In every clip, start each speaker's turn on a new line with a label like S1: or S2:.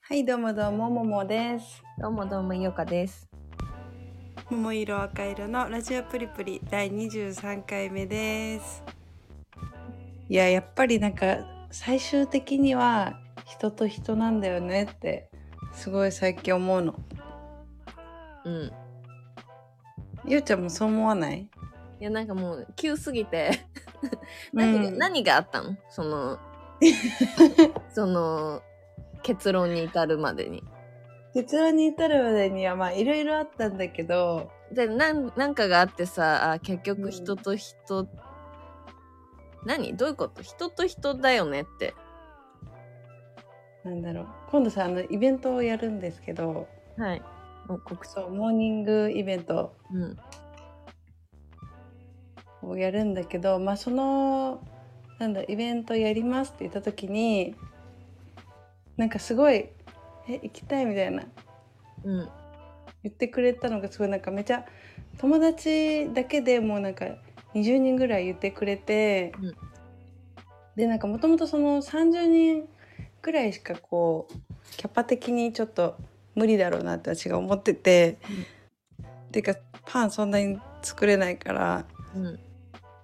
S1: はい、どうもどうも、ももです。
S2: どうもどうもいよかです。
S1: 桃色赤色のラジオプリプリ第23回目です。いや、やっぱりなんか最終的には人と人なんだよねってすごい最近思うの。
S2: うん。い
S1: ゆうちゃんもそう思わない？
S2: やなんかもう急すぎて何,、
S1: うん
S2: 何があったのそ のその結論に至るまでに。
S1: 結論に至るまでにはまあいろいろあったんだけど、
S2: でなんなんかがあってさあ結局人と人、何どういうこと人と人だよねって。
S1: なんだろう。今度さあのイベントをやるんですけど、
S2: はい。もう告知。
S1: そうモーニングイベント
S2: うん。
S1: をやるんだけど、まあ、そのなんだイベントやりますって言った時になんかすごい「え行きたい」みたいな
S2: うん。
S1: 言ってくれたのがすごいなんかめちゃ友達だけでもうなんか20人ぐらい言ってくれて、
S2: うん
S1: でなんかもともとその30人ぐらいしかこうキャパ的にちょっと無理だろうなって私が思ってて、ていうかパンそんなに作れないから。
S2: うん。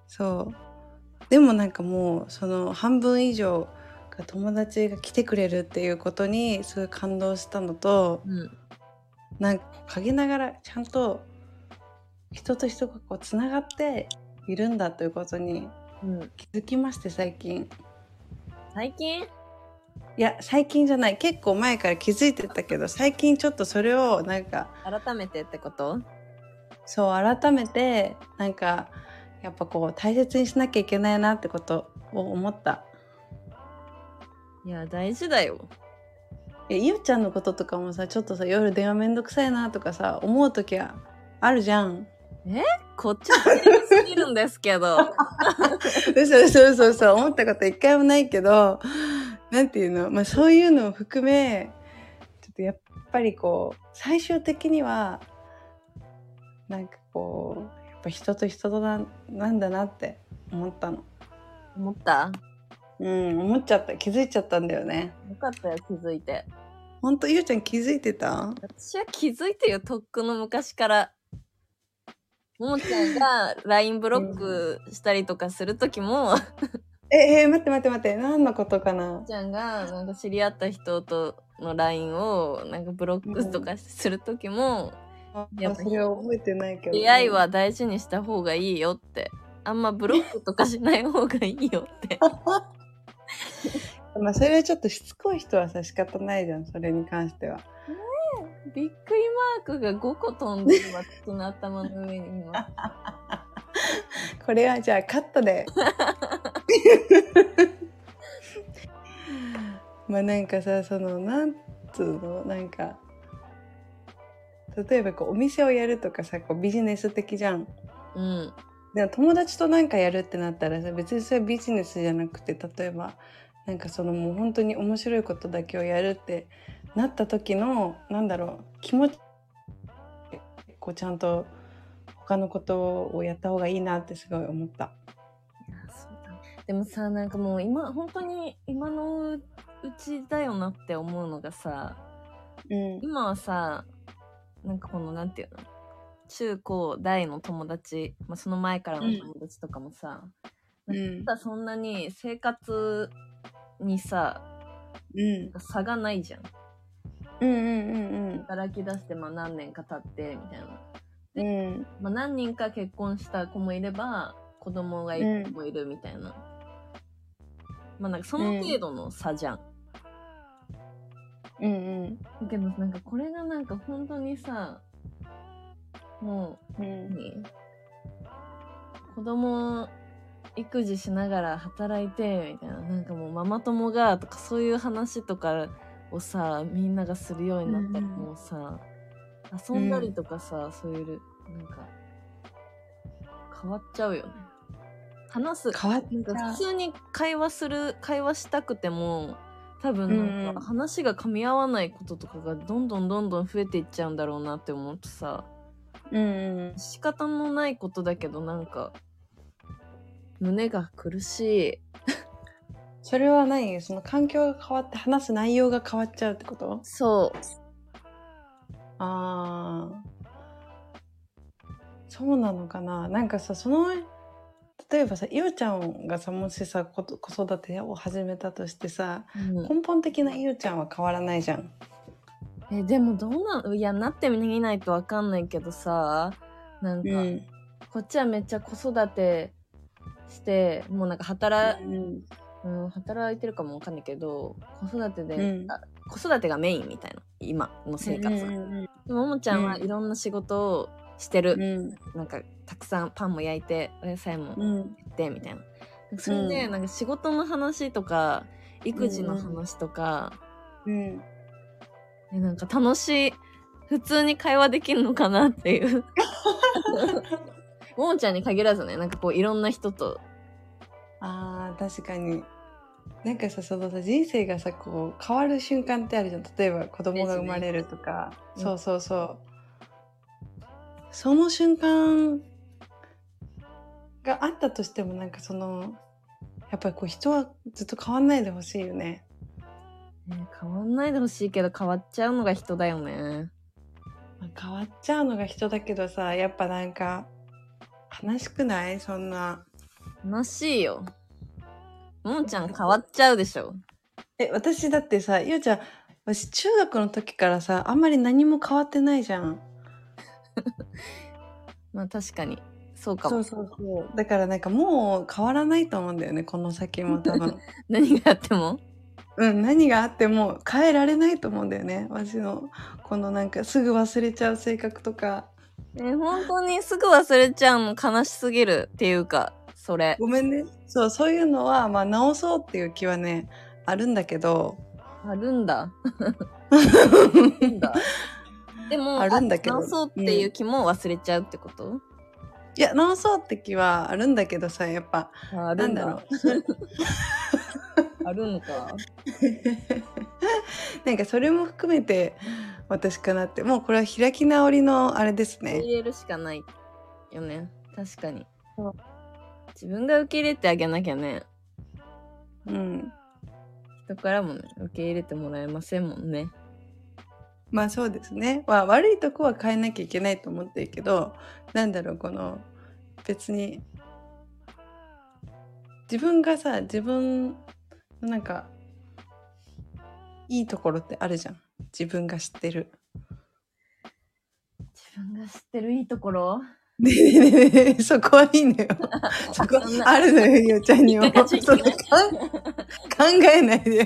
S1: そうでもなんかもうその半分以上が友達が来てくれるっていうことにすごい感動したのと
S2: うん。
S1: なんか陰ながらちゃんと人と人がこうつながっているんだということに
S2: うん、
S1: 気づきまして最近
S2: 最近
S1: いや最近じゃない結構前から気づいてたけど最近ちょっとそれをなんか
S2: 改めてってこと
S1: そう改めてなんかやっぱこう大切にしなきゃいけないなってことを思った。
S2: いや大事だよ。
S1: えゆうちゃんのこととかもさちょっとさ夜電話めんどくさいなとかさ思う時はあるじゃん。
S2: こっちは正義すぎるんですけ ど。
S1: そうそうそうそう思ったこと一回もないけどなんていうの、まあ、そういうのを含めちょっとやっぱりこう最終的にはなんかこうやっぱ人と人とななんだなって思ったの。
S2: 思った
S1: うん思っちゃった気づいちゃったんだよね。
S2: よかったよ気づいて
S1: ほんとゆうちゃん気づいてた
S2: 私は気づいてよとっくの昔からももちゃんが LINE ブロックしたりとかする時も、もも
S1: ええ待って待って待って何のことかな
S2: ちゃんがなんか知り合った人との LINE をなんかブロックとかする時も、やっぱ
S1: それは覚えてないけど。
S2: 出会いは大事にした方がいいよってあんまブロックとかしない方がいいよって
S1: まあそれはちょっとしつこい人はさ仕方ないじゃんそれに関しては。
S2: びっくりマークが5個飛んでる私の頭の上に今
S1: これはじゃあカットで。 まあなんかさそのなんつうのなんか例えばこうお店をやるとかさこうビジネス的じゃん。
S2: うん
S1: でも友達となんかやるってなったらさ別にそれはビジネスじゃなくて例えばなんかそのもう本当に面白いことだけをやるってなった時のなんだろう気持ちこうちゃんと他のことをやった方がいいなってすごい思った。
S2: あそうだねでもさなんかもう今本当に今のうちだよなって思うのがさ
S1: うん、
S2: 今はさなんかこのなんていうの中高大の友達、まあ、その前からの友達とかもさ、
S1: うん
S2: まだそんなに生活にさ
S1: うん
S2: 差がないじゃん
S1: うんうん
S2: 働き出してまあ何年か経ってみたいな、
S1: うんうん
S2: まあ、何人か結婚した子もいれば子供がいる子もいるみたいな、まあなんかその程度の差じゃん
S1: うんうん
S2: けどなんかこれがなんか本当にさも
S1: う
S2: うん何子供育児しながら働いてみたいななんかもうママ友がとかそういう話とかをさみんながするようになったり
S1: うんうん
S2: もうさ、遊んだりとかさ、そういうなんか変わっちゃうよね話す
S1: 変わっ
S2: なんか普通に会話する会話したくても多分なん
S1: うん
S2: か話が噛み合わないこととかがどんどんどんどん増えていっちゃうんだろうなって思うとさ
S1: うんうん
S2: 仕方のないことだけどなんか胸が苦しい
S1: それは何その環境が変わって話す内容が変わっちゃうってこと
S2: そう
S1: ああそうなのかななんかさその例えばさいおちゃんがさもしさこと子育てを始めたとしてさ
S2: うん
S1: 根本的ないおちゃんは変わらないじゃん。
S2: えでもどうなんいやなってみないとわかんないけどさなんか、
S1: うん
S2: こっちはめっちゃ子育てしてもうなんか働,、
S1: うん
S2: うん、働いてるかもわかんないけど子育てで、
S1: うん
S2: あ子育てがメインみたいな今の生活が、
S1: うんうん
S2: でもももちゃんは
S1: うん
S2: いろんな仕事をしてる、
S1: うん
S2: なんかたくさんパンも焼いてお野菜も
S1: うんうん
S2: やってみたいなそれで、
S1: うん
S2: なんか仕事の話とか育児の話とか、
S1: うん
S2: えなんか楽しい普通に会話できるのかなっ ていうももちゃんに限らずねなんかこういろんな人と
S1: あー確かになんかさそのさ人生がさこう変わる瞬間ってあるじゃん例えば子供が生まれるとか、
S2: ですね
S1: そうそうそうその瞬間があったとしてもなんかそのやっぱりこう人はずっと変わんないでほしいよね
S2: ね変わんないでほしいけど変わっちゃうのが人だよね。
S1: まあ変わっちゃうのが人だけどさやっぱなんか悲しくないそんな
S2: 悲しいよ。もんちゃん変わっちゃうでしょ。
S1: え私だってさゆうちゃん私中学の時からさあんまり何も変わってないじゃん
S2: まあ確かに。そうか
S1: そ
S2: も。
S1: うそうそうだからなんかもう変わらないと思うんだよねこの先も多 分
S2: 何があって も。
S1: うん何があっても変えられないと思うんだよね私のこのなんかすぐ忘れちゃう性格とか
S2: ね、本当にすぐ忘れちゃうの悲しすぎるっていうか、それ。
S1: ごめんねそうそういうのはまあ直そうっていう気はねあるんだけど
S2: あるんだ。あるん だ。でも、
S1: あるんだけど
S2: あ直そうっていう気も忘れちゃうってこと、
S1: いや直そうって気はあるんだけどさやっぱ
S2: ああ
S1: な
S2: る
S1: ん
S2: ん
S1: だ
S2: だ。
S1: ろう
S2: あるの か。
S1: なんかそれも含めて私かなってもうこれは開き直りのあれです
S2: 受け
S1: ね
S2: 入れるしかないよね。確かに
S1: そう。
S2: 自分が受け入れてあげなきゃね。
S1: うん
S2: 人からもね、受け入れてもらえませんもんね。
S1: まあそうですね、まあ、悪いとこは変えなきゃいけないと思ってるけどなんだろうこの別に自分がさ自分のなんかいいところってあるじゃん自分が知ってる。
S2: 自分が知ってるいいところ
S1: ねえねえねえそこはいいのよ。そこ
S2: そんな
S1: あるのよ、ゆうちゃんにも。
S2: 言い方じゃいけ
S1: そ
S2: な
S1: れ
S2: い
S1: 考えないでよ。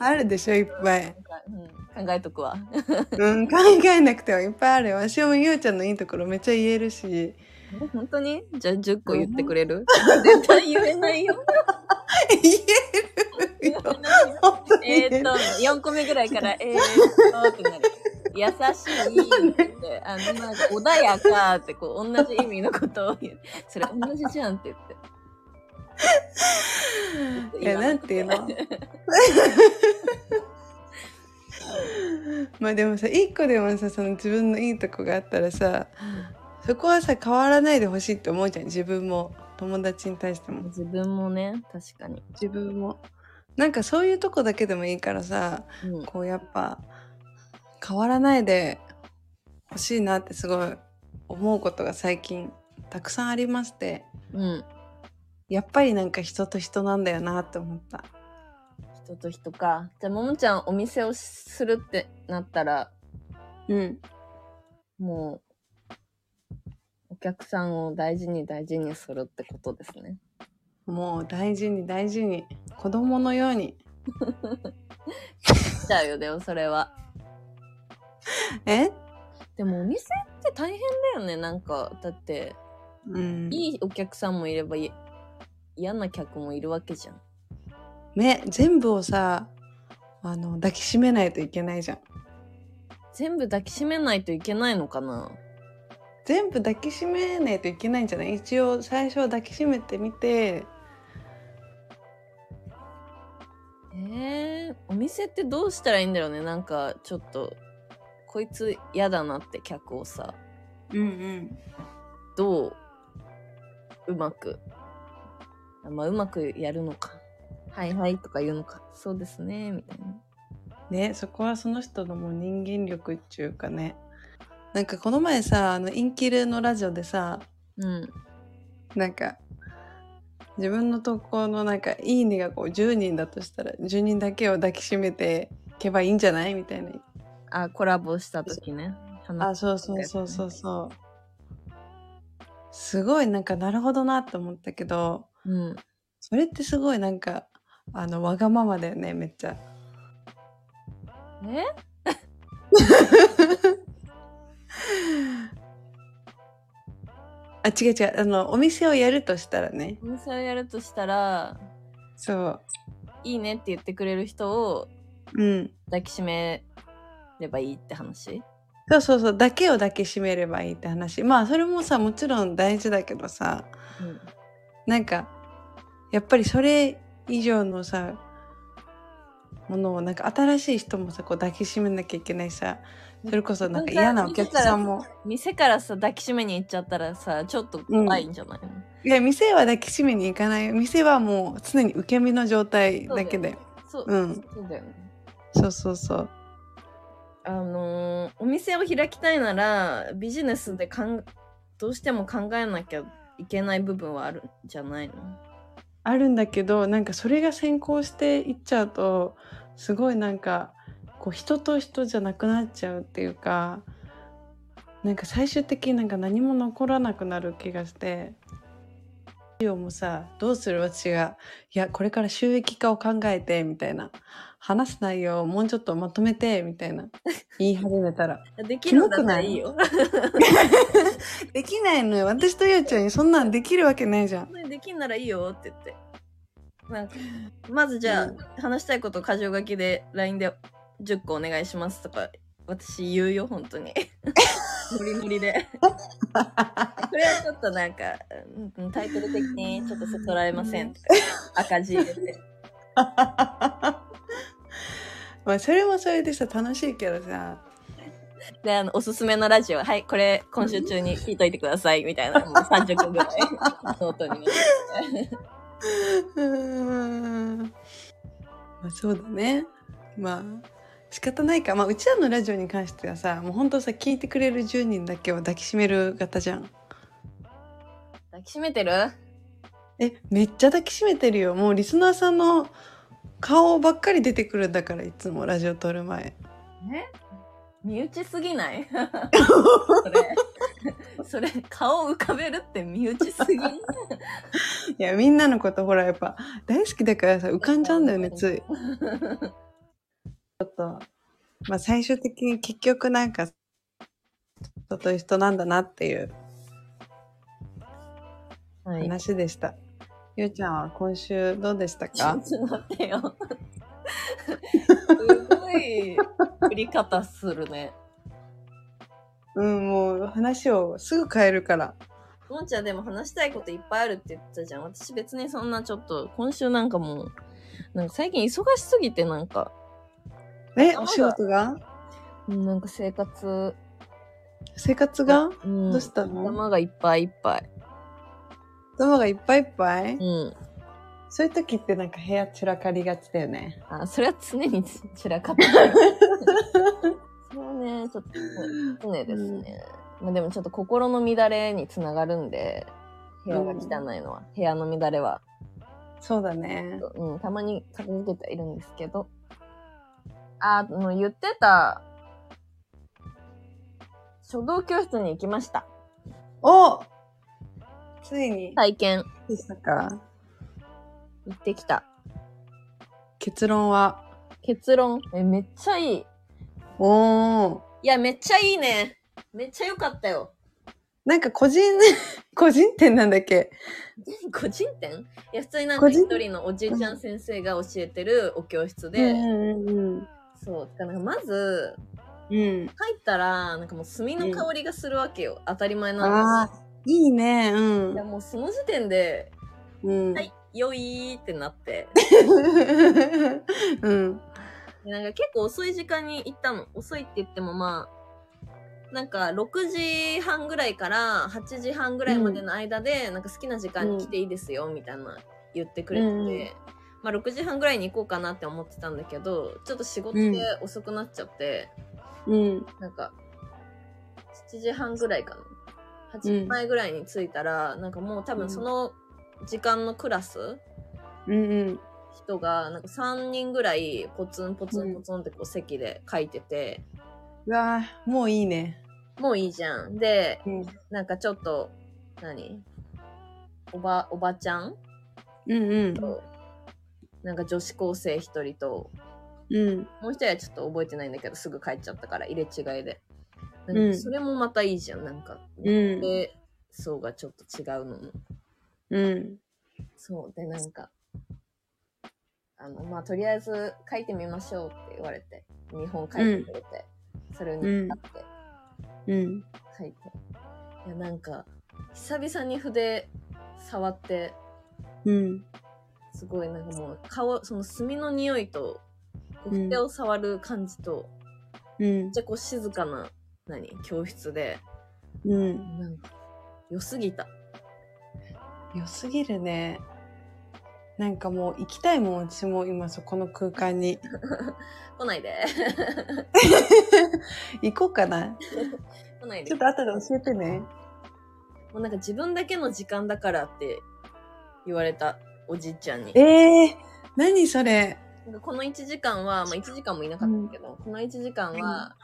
S1: あるでしょ、いっぱい。
S2: うん、考えとくわ。
S1: うん、考えなくてもいっぱいあるよ。私もゆうちゃんのいいところめっちゃ言えるし。
S2: 本当にじゃあ10個言ってくれる絶対言えないよ。
S1: 言えるよ。本当に言
S2: え
S1: える
S2: ーっと、4個目ぐらい から、えーっと、ってなる。優しいって、あの、なんか穏やかって、こう、同じ意味のことを言う。それ同じじゃんって言って。
S1: いや、なんていうの まあでもさ、一個でもさ、その自分のいいとこがあったらさ、そこはさ、変わらないでほしいって思うじゃん。自分も、友達に対しても。
S2: 自分もね、確かに。
S1: 自分も。なんかそういうとこだけでもいいからさ、
S2: うん
S1: こうやっぱ、変わらないでほしいなってすごい思うことが最近たくさんありまして、
S2: うん。
S1: やっぱりなんか人と人なんだよなって思った。
S2: 人と人か。じゃあ、ももちゃん、お店をするってなったら、
S1: うん。
S2: もう、お客さんを大事に大事にするってことですね。
S1: もう大事に大事に子供のように
S2: ちゃうよ、でもそれは。
S1: え
S2: でもお店って大変だよね、なんか。だって、
S1: うん
S2: いいお客さんもいればい嫌な客もいるわけじゃん。
S1: 目全部をさあの抱きしめないといけないじゃん
S2: 全部抱きしめないといけないのかな
S1: 全部抱きしめないといけないんじゃない一応最初は抱きしめてみて
S2: えー、お店ってどうしたらいいんだろうねなんかちょっとこいつ嫌だなって客をさ
S1: うんうん
S2: どううまくあまあうまくやるのかはいはいとか言うのかそうですねみたいな
S1: ねそこはその人のもう人間力っていうかねなんかこの前さあのインキルのラジオでさ
S2: うん
S1: なんか自分の投稿のなんか「いいね」がこう10人だとしたら10人だけを抱きしめていけばいいんじゃないみたいな
S2: あコラボした時ね
S1: あ
S2: 話
S1: そうそうそうそうそうすごいなんかなるほどなと思ったけど
S2: うん
S1: それってすごいなんかあのわがままだよねめっちゃ
S2: え
S1: あ違う違うあのお店をやるとしたらね
S2: お店をやるとしたら
S1: そ
S2: いいねって言ってくれる人を
S1: ううん
S2: 抱きしめればいいって話
S1: そうそうそうだけを抱きしめればいいって話まあそれもさもちろん大事だけどさ
S2: うん
S1: なんかやっぱりそれ以上のさものをなんか新しい人もさこう抱きしめなきゃいけないさそれこそなんか嫌なお客さんも
S2: 店からさ抱きしめに行っちゃったらさちょっと怖いんじゃないの、
S1: いや店は抱きしめに行かない店はもう常に受け身の状態だけで
S2: そう,、
S1: うん
S2: そうだよね
S1: そうそうそう
S2: あのーお店を開きたいならビジネスでかんどうしても考えなきゃいけない部分はあるんじゃないの
S1: あるんだけどなんかそれが先行していっちゃうとすごいなんかこう人と人じゃなくなっちゃうっていうかなんか最終的になんか何も残らなくなる気がして。もさどうする私がいやこれから収益化を考えてみたいな話す内容をもうちょっとまとめてみたいな言い始めたら
S2: できるんだったらいいよ。
S1: できないのよ私とゆうちゃんにそんなんできるわけないじゃん
S2: できんならいいよって言って。なんかまずじゃあ、
S1: うん
S2: 話したいことを箇条書きで LINE で10個お願いしますとか私言うよ本当に。 ノリノリで。これはちょっとなんかうんタイトル的にちょっとそそられませ んとか赤字入れて。
S1: まあそれもそれでさ楽しいけどさ
S2: で、あの、おすすめのラジオ、はい、これ、今週中に聞いといてください、みたいな、もう30分ぐ らい、ノートに。
S1: うーんまあそうだねまあ仕方ないか、まあ、うちらのラジオに関してはさもうほんとさ聞いてくれる10人だけを抱きしめる型じゃん
S2: 抱きしめてる
S1: えめっちゃ抱きしめてるよもうリスナーさんの顔ばっかり出てくるんだからいつもラジオ撮る前
S2: え身内すぎない それ、それ、顔浮かべるって身内す ぎん
S1: いやみんなのことほらやっぱ大好きだからさ浮かんじゃうんだよねつい。まあ、最終的に結局なんか人と人なんだなっていう
S2: はい。
S1: 話でした。ゆうちゃんは今週どうでした
S2: ちょ
S1: か
S2: っと待ってよ。すごい振り方するね。
S1: うん、もう話をすぐ変えるから。
S2: もんちゃんでも話したいこといっぱいあるって言ってたじゃん。私別にそんなちょっと、今週なんかもう、なんか最近忙しすぎてなんか、
S1: え、
S2: そうだ
S1: お仕事が
S2: うんなんか生活
S1: 生活が
S2: うん
S1: どうしたの
S2: 頭がいっぱいいっぱい。
S1: 頭がいっぱいいっぱい
S2: うん。
S1: そういう時ってなんか部屋散らかりがちだよね。
S2: あ、それは常につ散らか ってる。そうね、ちょっと常ですね。まあでもちょっと心の乱れにつながるんで、部屋が汚いのは、部屋の乱れは、
S1: そうだね。
S2: うん、たまに片付けてはいるんですけど。あ、もう言ってた、書道教室に行きました。
S1: おついに、
S2: 体験、
S1: でしたか
S2: 行ってきた。
S1: 結論は
S2: 結論、えめっちゃいい。
S1: おー。
S2: いや、めっちゃいいね。めっちゃ良かったよ。
S1: なんか個人、 個人店なんだっけ
S2: 個人店いや、普通になんか
S1: 個人
S2: 一人のおじいちゃん先生が教えてるお教室で、
S1: うんうん
S2: そう、てかなんかまず、
S1: うん。うん。
S2: 入ったら、なんかもう炭の香りがするわけよ。当たり前なん
S1: あ
S2: で
S1: あ、いいね。う
S2: すいや、
S1: ん。
S2: もうその時点で、
S1: うん。
S2: はい、よいーってなって。
S1: うん。
S2: でなんか結構遅い時間に行ったの。遅いって言ってもまあ、なんか6時半ぐらいから8時半ぐらいまでの間で、なんか好きな時間に来ていいですよみたいな言ってくれてて、
S1: うんうん
S2: まあ、6時半ぐらいに行こうかなって思ってたんだけどちょっと仕事で遅くなっちゃって、
S1: うん
S2: なんか7時半ぐらいかな8
S1: う
S2: 時
S1: ん
S2: 前ぐらいに着いたら、なんかもう多分その時間のクラス
S1: うんうん
S2: 人がなんか3人ぐらいポツンポツンポツンってこう席で書いてて、
S1: うわーもういいね
S2: もういいじゃんで
S1: うんうん
S2: なんかちょっと何おばおばちゃん
S1: うん
S2: と、なんか女子高生一人と
S1: うん
S2: もう一人はちょっと覚えてないんだけどすぐ帰っちゃったから入れ違いで
S1: ん
S2: なんかそれもまたいいじゃんなんか、
S1: うん
S2: でそうがちょっと違うのも
S1: うん
S2: そうでなんかあのまあとりあえず書いてみましょうって言われて日本書いてくれて、それに
S1: うん
S2: 使って
S1: うん
S2: 書いて、いやなんか久々に筆触って
S1: うん
S2: すごいなんかもう顔その墨の匂いとこう
S1: うん
S2: 筆を触る感じと、
S1: うん
S2: めっちゃこう静かな何教室で
S1: うん
S2: なんか良すぎた
S1: 良すぎるねなんかもう行きたいもん私も今そこの空間に
S2: 来ないで
S1: 行こうかな
S2: 来ないで
S1: ちょっと後で教えてね
S2: もうなんか自分だけの時間だからって言われたおじいちゃんに
S1: えー、何それ
S2: なんかこの1時間は、まあ、1時間もいなかったけど、この1時間は、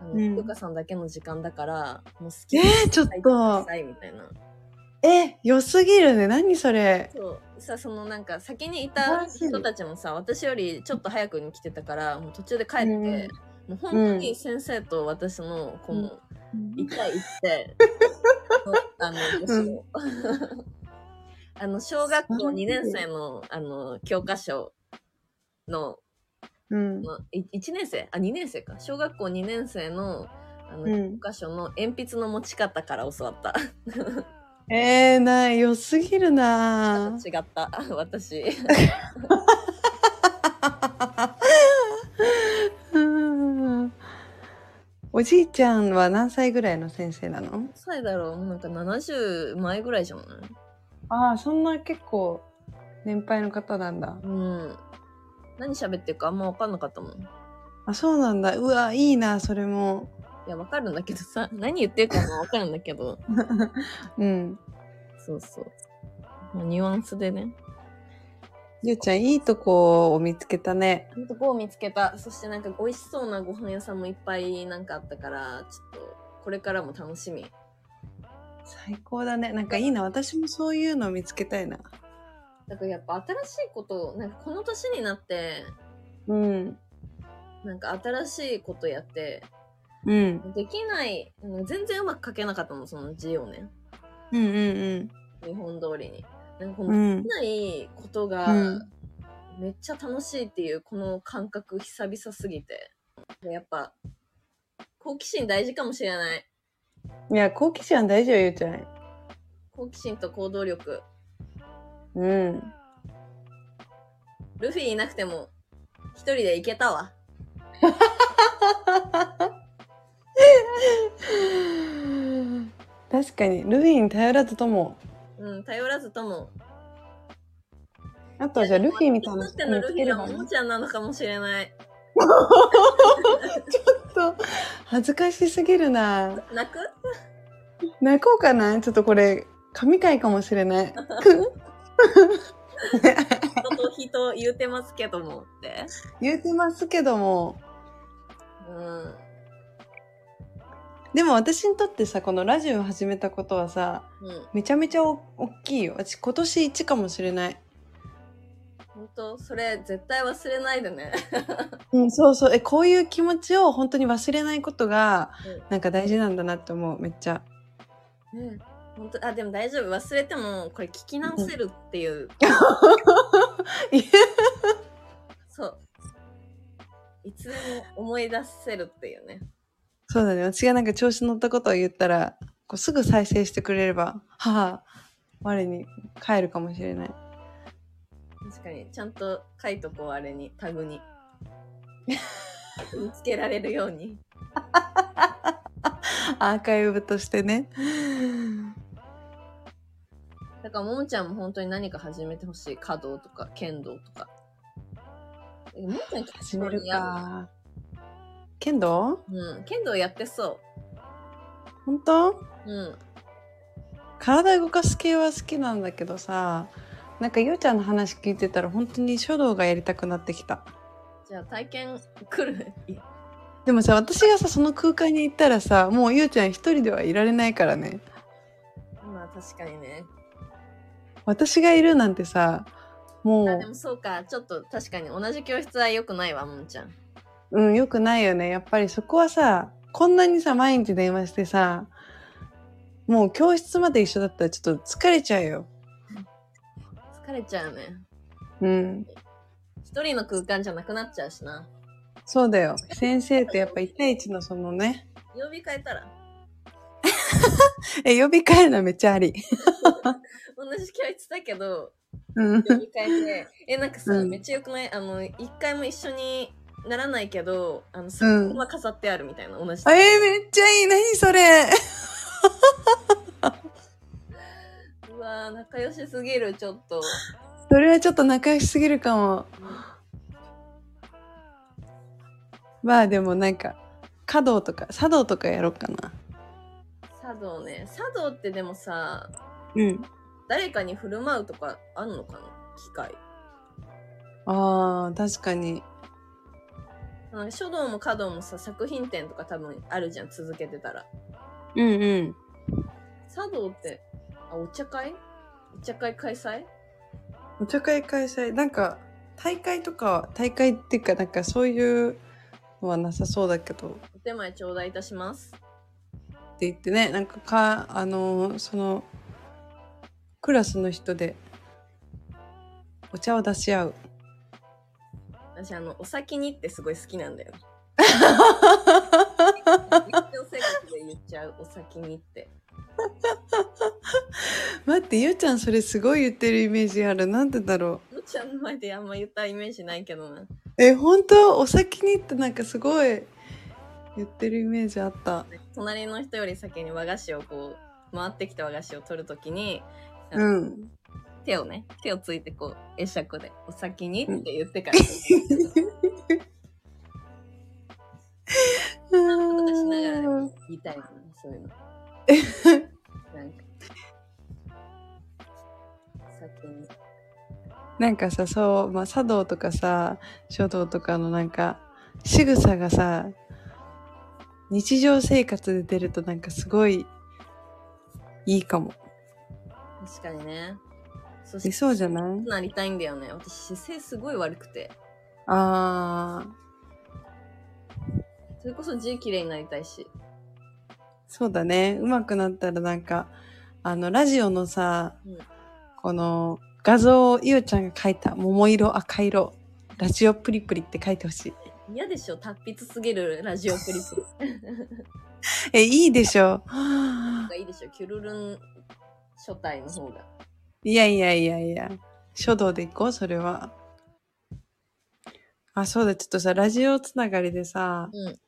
S2: あの
S1: うん
S2: 福岡さんだけの時間だからもう好き
S1: え
S2: に
S1: ー、ちょっ
S2: 書いてくだ
S1: と
S2: さいみたいな
S1: え良すぎるね何それ
S2: そうさそのなんか先にい
S1: 素晴
S2: た
S1: らしい
S2: 人たちもさ私よりちょっと早くに来てたからもう途中で帰って、
S1: うん
S2: もう本当に先生と私のこの一対一で、 あの女子を あの小学校2年生のあの教科書の
S1: うん
S2: まあ、い1年生あ2年生か小学校2年生のあの、
S1: うん
S2: 教科書の鉛筆の持ち方から教わった
S1: えー、ない良すぎるな
S2: 違った 私
S1: うんおじいちゃんは何歳ぐらいの先生なの
S2: そうだろうもうなんか70前ぐらいじゃない
S1: ああそんな結構年配の方なんだ
S2: うん何喋ってるかあんま分かんなかったもんい
S1: あそうなんだうわいいなそれも
S2: や分かるんだけどさ 何言ってるかも分かるんだけど
S1: うん
S2: そうそう、まあ、ニュアンスでね
S1: ゆうちゃんいいとこを見つけたね
S2: ほんとこう見つけたそしてなんか美味しそうなご飯屋さんもいっぱいなんかあったからちょっとこれからも楽しみ
S1: 最高だねなんかいいな私もそういうの見つけたいな
S2: だからやっぱ新しいことをなんかこの年になって
S1: うん
S2: なんか新しいことやって
S1: うん
S2: できないうん全然うまく書けなかったのその字をね
S1: うんうん
S2: 日本通りになんかこ
S1: う
S2: ので
S1: ん
S2: きないことが
S1: うん
S2: めっちゃ楽しいっていうこの感覚久々すぎてでやっぱ好奇心大事かもしれない
S1: うんいや好奇心は大事よゆうちゃん
S2: 好奇心と行動力
S1: うん
S2: ルフィいなくても一人で行けたわ
S1: 確かにルフィに頼らずとも
S2: うん頼らずとも
S1: あとはじゃあルフィみたいな
S2: なっ
S1: 人
S2: ての
S1: 見
S2: ル
S1: つ
S2: フ
S1: け
S2: ィ
S1: れ
S2: は
S1: ば
S2: お
S1: いい
S2: もちゃなのかもしれない
S1: そう恥ずかしすぎるな
S2: 泣く
S1: 泣こうかなちょっとこれ神回かもしれない
S2: 人と人言うてますけどもって。
S1: 言うてますけども
S2: うん。
S1: でも私にとってさこのラジオを始めたことはさ
S2: うん。
S1: めちゃめちゃお大きいよ私今年1かもしれない
S2: 本当それ絶対忘れないでね。
S1: うんそうそうえこういう気持ちを本当に忘れないことが
S2: うん
S1: なんか大事なんだなって思うめっちゃ
S2: うん。本当あ、でも大丈夫。忘れても、これ聞き直せるっていう。
S1: いや
S2: そう。いつでも思い出せるっていうね。
S1: そうだね私がなんか調子乗ったことを言ったらこうすぐ再生してくれればはあ我に帰るかもしれない
S2: 確かに、ちゃんと書いとこう、あれに、タグ に。見つけられるように。
S1: アーカイブとしてね
S2: だから、ももちゃんも本当に何か始めてほしい。華道とか、剣道とか。もっちゃん
S1: 始
S2: 結
S1: め
S2: 構
S1: る
S2: 似合
S1: か。剣道
S2: う。うん。剣道やってそ
S1: 本当
S2: う。うん。
S1: 体動かす系は好きなんだけどさなんかゆうちゃんの話聞いてたら本当に書道がやりたくなってきた
S2: じゃあ体験来る。い
S1: でもさ私がさその空間に行ったらさもうゆうちゃん一人ではいられないからね
S2: まあ確かにね。
S1: 私がいるなんてさも
S2: あで
S1: う
S2: もそうか。ちょっと確かに同じ教室は良くないわ、もんちゃん。
S1: うんよくないよねやっぱりそこはさこんなにさ毎日電話してさもう教室まで一緒だったらちょっと疲れちゃうよ
S2: 疲れちゃうね。
S1: うん
S2: 一人の空間じゃなくなっちゃうしな。
S1: そうだよ先生とやっぱ一対一のそのね
S2: 曜日変えたら
S1: え呼び換えるのめっちゃあり
S2: 同じ教室だけど
S1: うん
S2: 読み替えてえなんかさ、
S1: うん
S2: めっちゃよくないあの一回も一緒にならないけどあの
S1: う
S2: 作
S1: ん
S2: 品は飾ってあるみたいな、同じ
S1: えー、めっちゃいい何それ
S2: うわー仲良しすぎるちょっと
S1: それはちょっと仲良しすぎるかもまあでもなんか華道とか茶道とかやろうかな
S2: 茶道ね茶道ってでもさ
S1: うん
S2: 誰かに振る舞うとかあんのかな機会
S1: あー確かに
S2: なんか書道も華道もさ作品展とか多分あるじゃん続けてたら
S1: うんうん
S2: 茶道ってあお茶会お茶会開催
S1: お茶会開催なんか大会とか大会っていうかなんかそういうのはなさそうだけどっ
S2: お手前頂戴いたします
S1: て言ってねなんかかあのーそのクラスの人でお茶を出し 合う
S2: 私あのお先にってすごい好きなんだよ日常生活で言っちゃうお先にって
S1: 待ってゆうちゃんそれすごい言ってるイメージあるなんでだろ
S2: むちゃんの前であんま言ったイメージないけどな
S1: うえ本当お先にってなんかすごい言ってるイメージあった
S2: 隣の人より先に和菓子をこう回ってきた和菓子を取るときに
S1: うん
S2: 手をね手をついてこう会釈で「お先に」って言ってから「とかしながらで も言いたいのねそういうのなんかお先に
S1: なんかさそう、まあ、茶道とかさ書道とかのなんか仕草がさ日常生活で出るとなんかすごいいいかも
S2: 確かにねそ
S1: 出
S2: し
S1: そうじゃない
S2: なりたいんだよね私姿勢すごい悪くて
S1: あー
S2: それこそ字綺麗になりたいし
S1: そうだねうまくなったらなんかあのラジオのさ、
S2: うん
S1: この画像をゆうちゃんが描いた桃色赤色ラジオプリプリって書いてほしい
S2: 嫌でしょ達筆すぎるラジオプリプ
S1: えいいでしょ
S2: リがいいでしょキュルルン書体の方が
S1: いやいやいやいや。書道で行こう、それは。あ、そうだ、ちょっとさ、ラジオつながりでさ、
S2: うん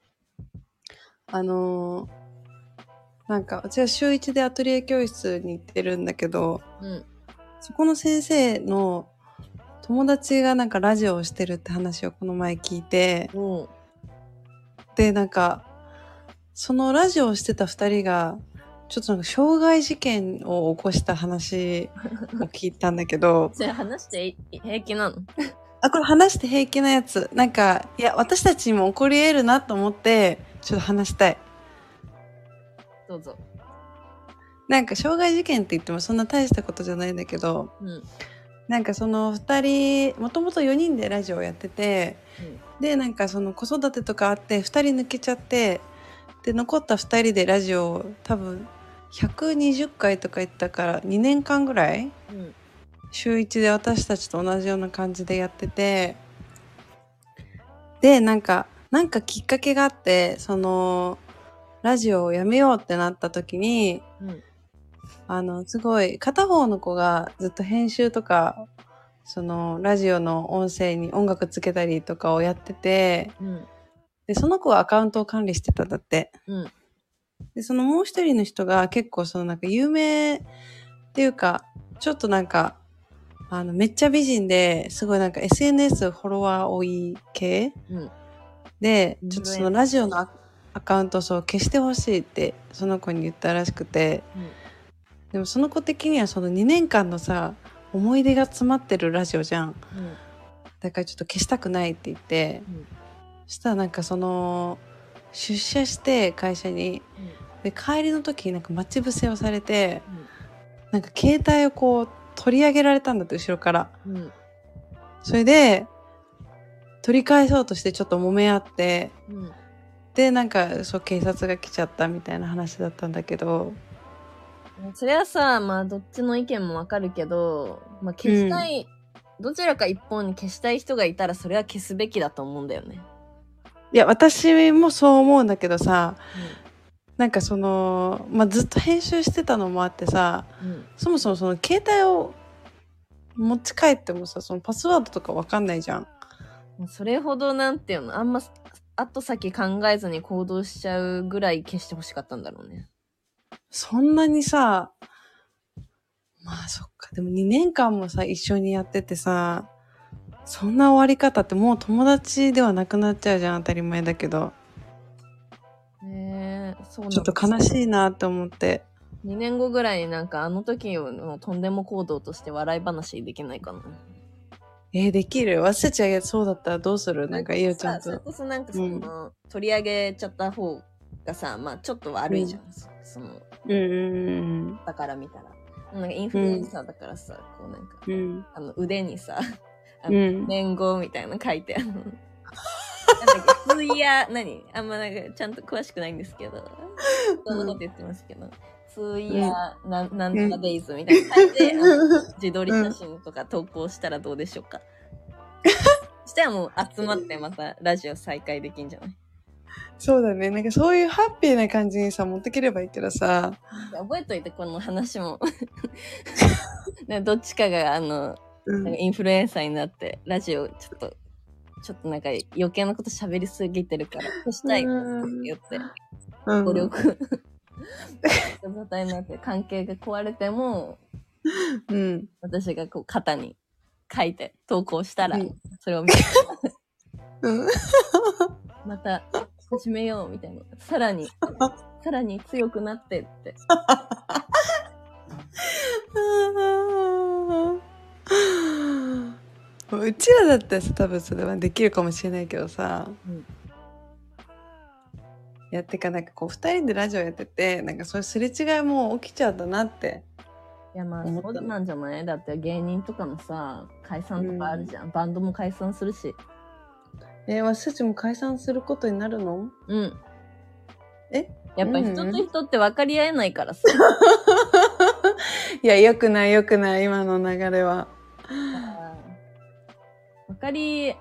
S1: あのーなんか、私は週一でアトリエ教室に行ってるんだけど、
S2: うん
S1: そこの先生の友達がなんかラジオをしてるって話をこの前聞いて、
S2: うん
S1: で、なんか、そのラジオをしてた二人が、ちょっとなんか、傷害事件を起こした話を聞いたんだけど、
S2: それ話していい平気なの
S1: あ、これ話して平気なやつ。なんか、いや、私たちにも起こり得るなと思って、ちょっと話したい。
S2: どうぞ
S1: なんか、傷害事件って言ってもそんな大したことじゃないんだけど、
S2: うん
S1: なんかその2人、もともと4人でラジオやってて、
S2: うん
S1: で、なんかその子育てとかあって、2人抜けちゃって、で、残った2人でラジオを多分、120回とか言ったから、2年間ぐらい
S2: うん
S1: 週一で私たちと同じような感じでやっててでなんかなんかきっかけがあってそのラジオをやめようってなった時に
S2: うん
S1: あのすごい片方の子がずっと編集とかそのラジオの音声に音楽つけたりとかをやってて
S2: うん
S1: でその子はアカウントを管理してたんだって。
S2: うん
S1: でそのもう一人の人が結構そのなんか有名っていうかちょっとなんかあのめっちゃ美人ですごいなんか SNS フォロワー多い系
S2: うん
S1: で
S2: うん
S1: ちょっとそのラジオのアアカウントをそう消してほしいってその子に言ったらしくて、でもその子的にはその2年間のさ思い出が詰まってるラジオじゃんだからちょっと消したくないって言って、
S2: うん
S1: そしたらなんかその出社して会社にで帰りの時になんか待ち伏せをされてなんか携帯をこう取り上げられたんだって後ろから。
S2: うんうん
S1: それで取り返そうとしてちょっと揉め合って
S2: うん
S1: でなんかそう警察が来ちゃったみたいな話だったんだけど
S2: うんそれはさまあどっちの意見もわかるけど、まあ、消したい、どちらか一方に消したい人がいたらそれは消すべきだと思うんだよね。
S1: いや私もそう思うんだけどさなんかその、まあ、ずっと編集してたのもあってさ
S2: うんうん
S1: そもそもその携帯を持ち帰ってもさそのパスワードとかわかんないじゃん。
S2: もうそれほどなんていうのあんま後先考えずに行動しちゃうぐらい消してほしかったんだろうね。
S1: そんなにさまあそっかでも2年間もさ一緒にやっててさそんな終わり方ってもう友達ではなくなっちゃうじゃん当たり前だけど
S2: ねえそうなん
S1: ちょっと悲しいなって思って
S2: 2年後ぐらいになんかあの時のとんでも行動として笑い話できないかな。
S1: えーできる忘れちゃうやつそうだったらどうするなんかいいよちゃん
S2: さそれ
S1: と
S2: こそなんかその、取り上げちゃった方がさまあちょっと悪いじゃん、そその
S1: うんうん
S2: だから見たら。なんかインフルエンサーだからさ、こうなんか
S1: うんうん
S2: あの腕に さあ
S1: う
S2: の
S1: ん
S2: 年号みたいなの書いてあのなんだっけツイ ヤー何あんまなんかちゃんと詳しくないんですけどそんなこと言ってますけど、ツイヤーなんなんとかデイズみたいな感じで、あの自撮り写真とか投稿したらどうでしょう か、そしたらもう集まってまたラジオ再開できんじゃない
S1: そうだねなんかそういうハッピーな感じにさ持ってければいいけどさ
S2: 覚えといてこの話 もねどっちかがあの
S1: うん
S2: なんかインフルエンサーになってラジオちょっとちょっとなんか余計なこと喋りすぎてるから消したいって言って
S1: うん
S2: ご了承状態になって 関係が壊れても
S1: うん
S2: 私がこう肩に書いて投稿したら、
S1: うん
S2: それを見て
S1: うん
S2: また始めようみたいなさらにさらに強くなってって
S1: うちらだったらさ多分それはできるかもしれないけどさ、
S2: うん
S1: やってかなんかこう2人でラジオやっててなんかそういうすれ違いも起きちゃったなって
S2: いやまあ
S1: 思っ
S2: そ
S1: た
S2: うなんじゃないだって芸人とかもさ解散とかあるじゃん、バンドも解散するし
S1: え私たちも解散することになるの
S2: うん
S1: え
S2: やっぱ人と人って分かり合えな いからさ、
S1: いやよくないよくない今の流れは
S2: 分かり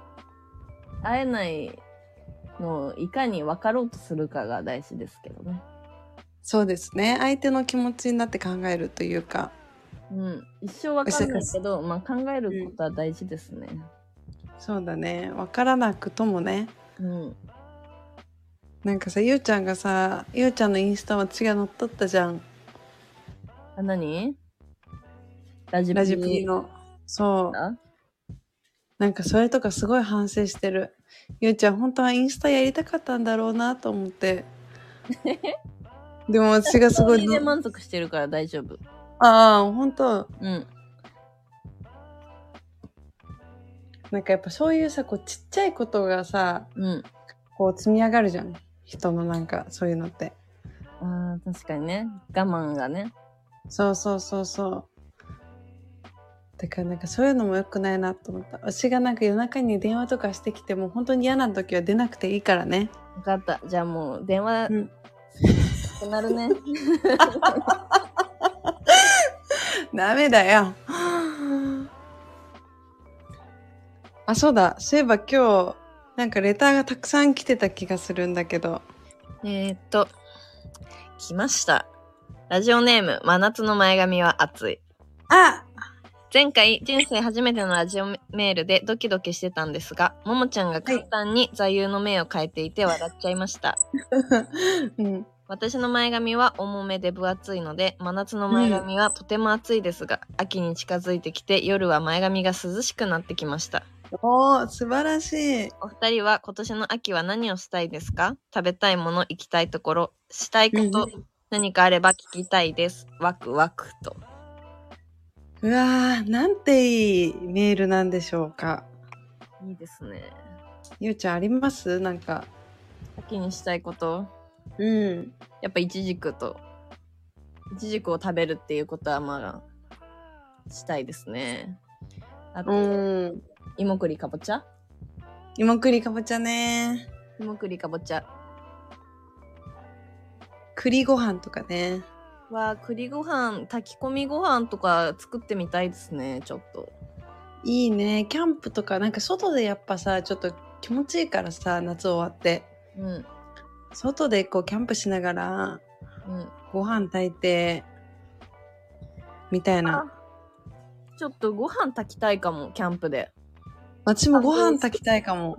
S2: 合えないのをいかに分かろうとするかが大事ですけどね。
S1: そうですね相手の気持ちになって考えるというか
S2: うん、一生分かんないけど、まあ、考えることは大事ですね。
S1: そうだね分からなくともね
S2: うん、
S1: なんかさゆうちゃんがさゆうちゃんのインスタは血が乗っとったじゃん
S2: あ、何ラジ
S1: ラジプリ
S2: の。
S1: のそうなんかそれとかすごい反省してるゆうちゃん本当はインスタやりたかったんだろうなと思って でも私がすご
S2: そ
S1: い
S2: れで
S1: の
S2: 満足してるから大丈夫。
S1: ああ本当
S2: うん。
S1: なんかやっぱそういうさこうちっちゃいことがさ
S2: うん。
S1: こう積み上がるじゃん人のなんかそういうのって
S2: ああ、確かにね。我慢がね。
S1: そうそうそうそうだからなんかそういうのも良くないなと思った私がなんか夜中に電話とかしてきても本当に嫌な時は出なくていいからね
S2: 分かった。じゃあもう電話、
S1: うん
S2: なくなるね。
S1: ダメだよ。あ、そうだ。そういえば今日、なんかレターがたくさん来てた気がするんだけど。
S2: えーっと、来ました。ラジオネーム、真夏の前髪は熱い。
S1: あ
S2: 前回、人生初めてのラジオメールでドキドキしてたんですが、ももちゃんが簡単に座右の銘を変えていて笑っちゃいました。
S1: うん。
S2: 私の前髪は重めで分厚いので真夏の前髪はとても暑いですが、秋に近づいてきて夜は前髪が涼しくなってきました
S1: おー素晴らしい。
S2: お二人は今年の秋は何をしたいですか食べたいもの行きたいところしたいこと、
S1: うん
S2: 何かあれば聞きたいですワクワクと
S1: うわー、なんていいメールなんでしょうか。
S2: いいですね
S1: ゆうちゃんありますなんか。
S2: 秋にしたいこと
S1: うん。
S2: やっぱイチジクとイチジクを食べるっていうことはまあしたいですねあと、
S1: うん。
S2: 芋栗かぼちゃ
S1: 芋栗かぼちゃね。
S2: 芋栗かぼちゃ
S1: 栗ご飯とかね。
S2: は栗ご飯炊き込みご飯とか作ってみたいですねちょっと
S1: いいね。キャンプとか、なんか外でやっぱさ、ちょっと気持ちいいからさ、夏終わって。
S2: うん
S1: 外でこうキャンプしながら、
S2: うん
S1: ご飯炊いて、みたいな。
S2: ちょっとご飯炊きたいかもキャンプで
S1: 私もご飯炊きたいかも。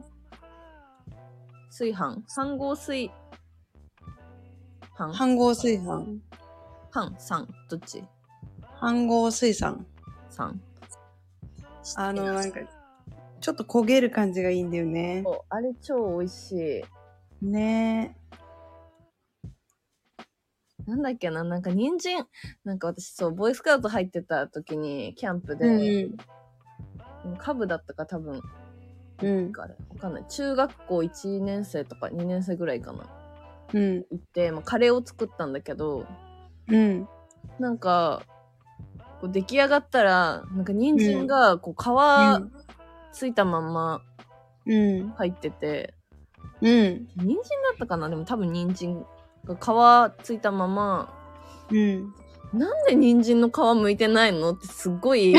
S2: 炊飯3合炊飯
S1: 半合炊飯。
S2: パン3どっち
S1: 半合炊飯。
S2: 3
S1: あの、なんか、ちょっと焦げる感じがいいんだよね。
S2: あれ超美味しい
S1: ね
S2: なんだっけななんか人参なんか私そうボーイスカウト入ってた時にキャンプ
S1: え。うん
S2: で、カブだったか多分
S1: うん。うん。
S2: あれわかんない中学校1年生とか2年生ぐらいかな
S1: うん。
S2: 行って、まあ、カレーを作ったんだけど
S1: うん。
S2: なんかこう出来上がったらなんか人参がこう皮
S1: うん
S2: ついたまま
S1: うん。
S2: 入ってて、
S1: うん。
S2: 人参だったかなでも多分人参が皮ついたまま
S1: うん。
S2: なんで人参の皮剥いてないのってすっごい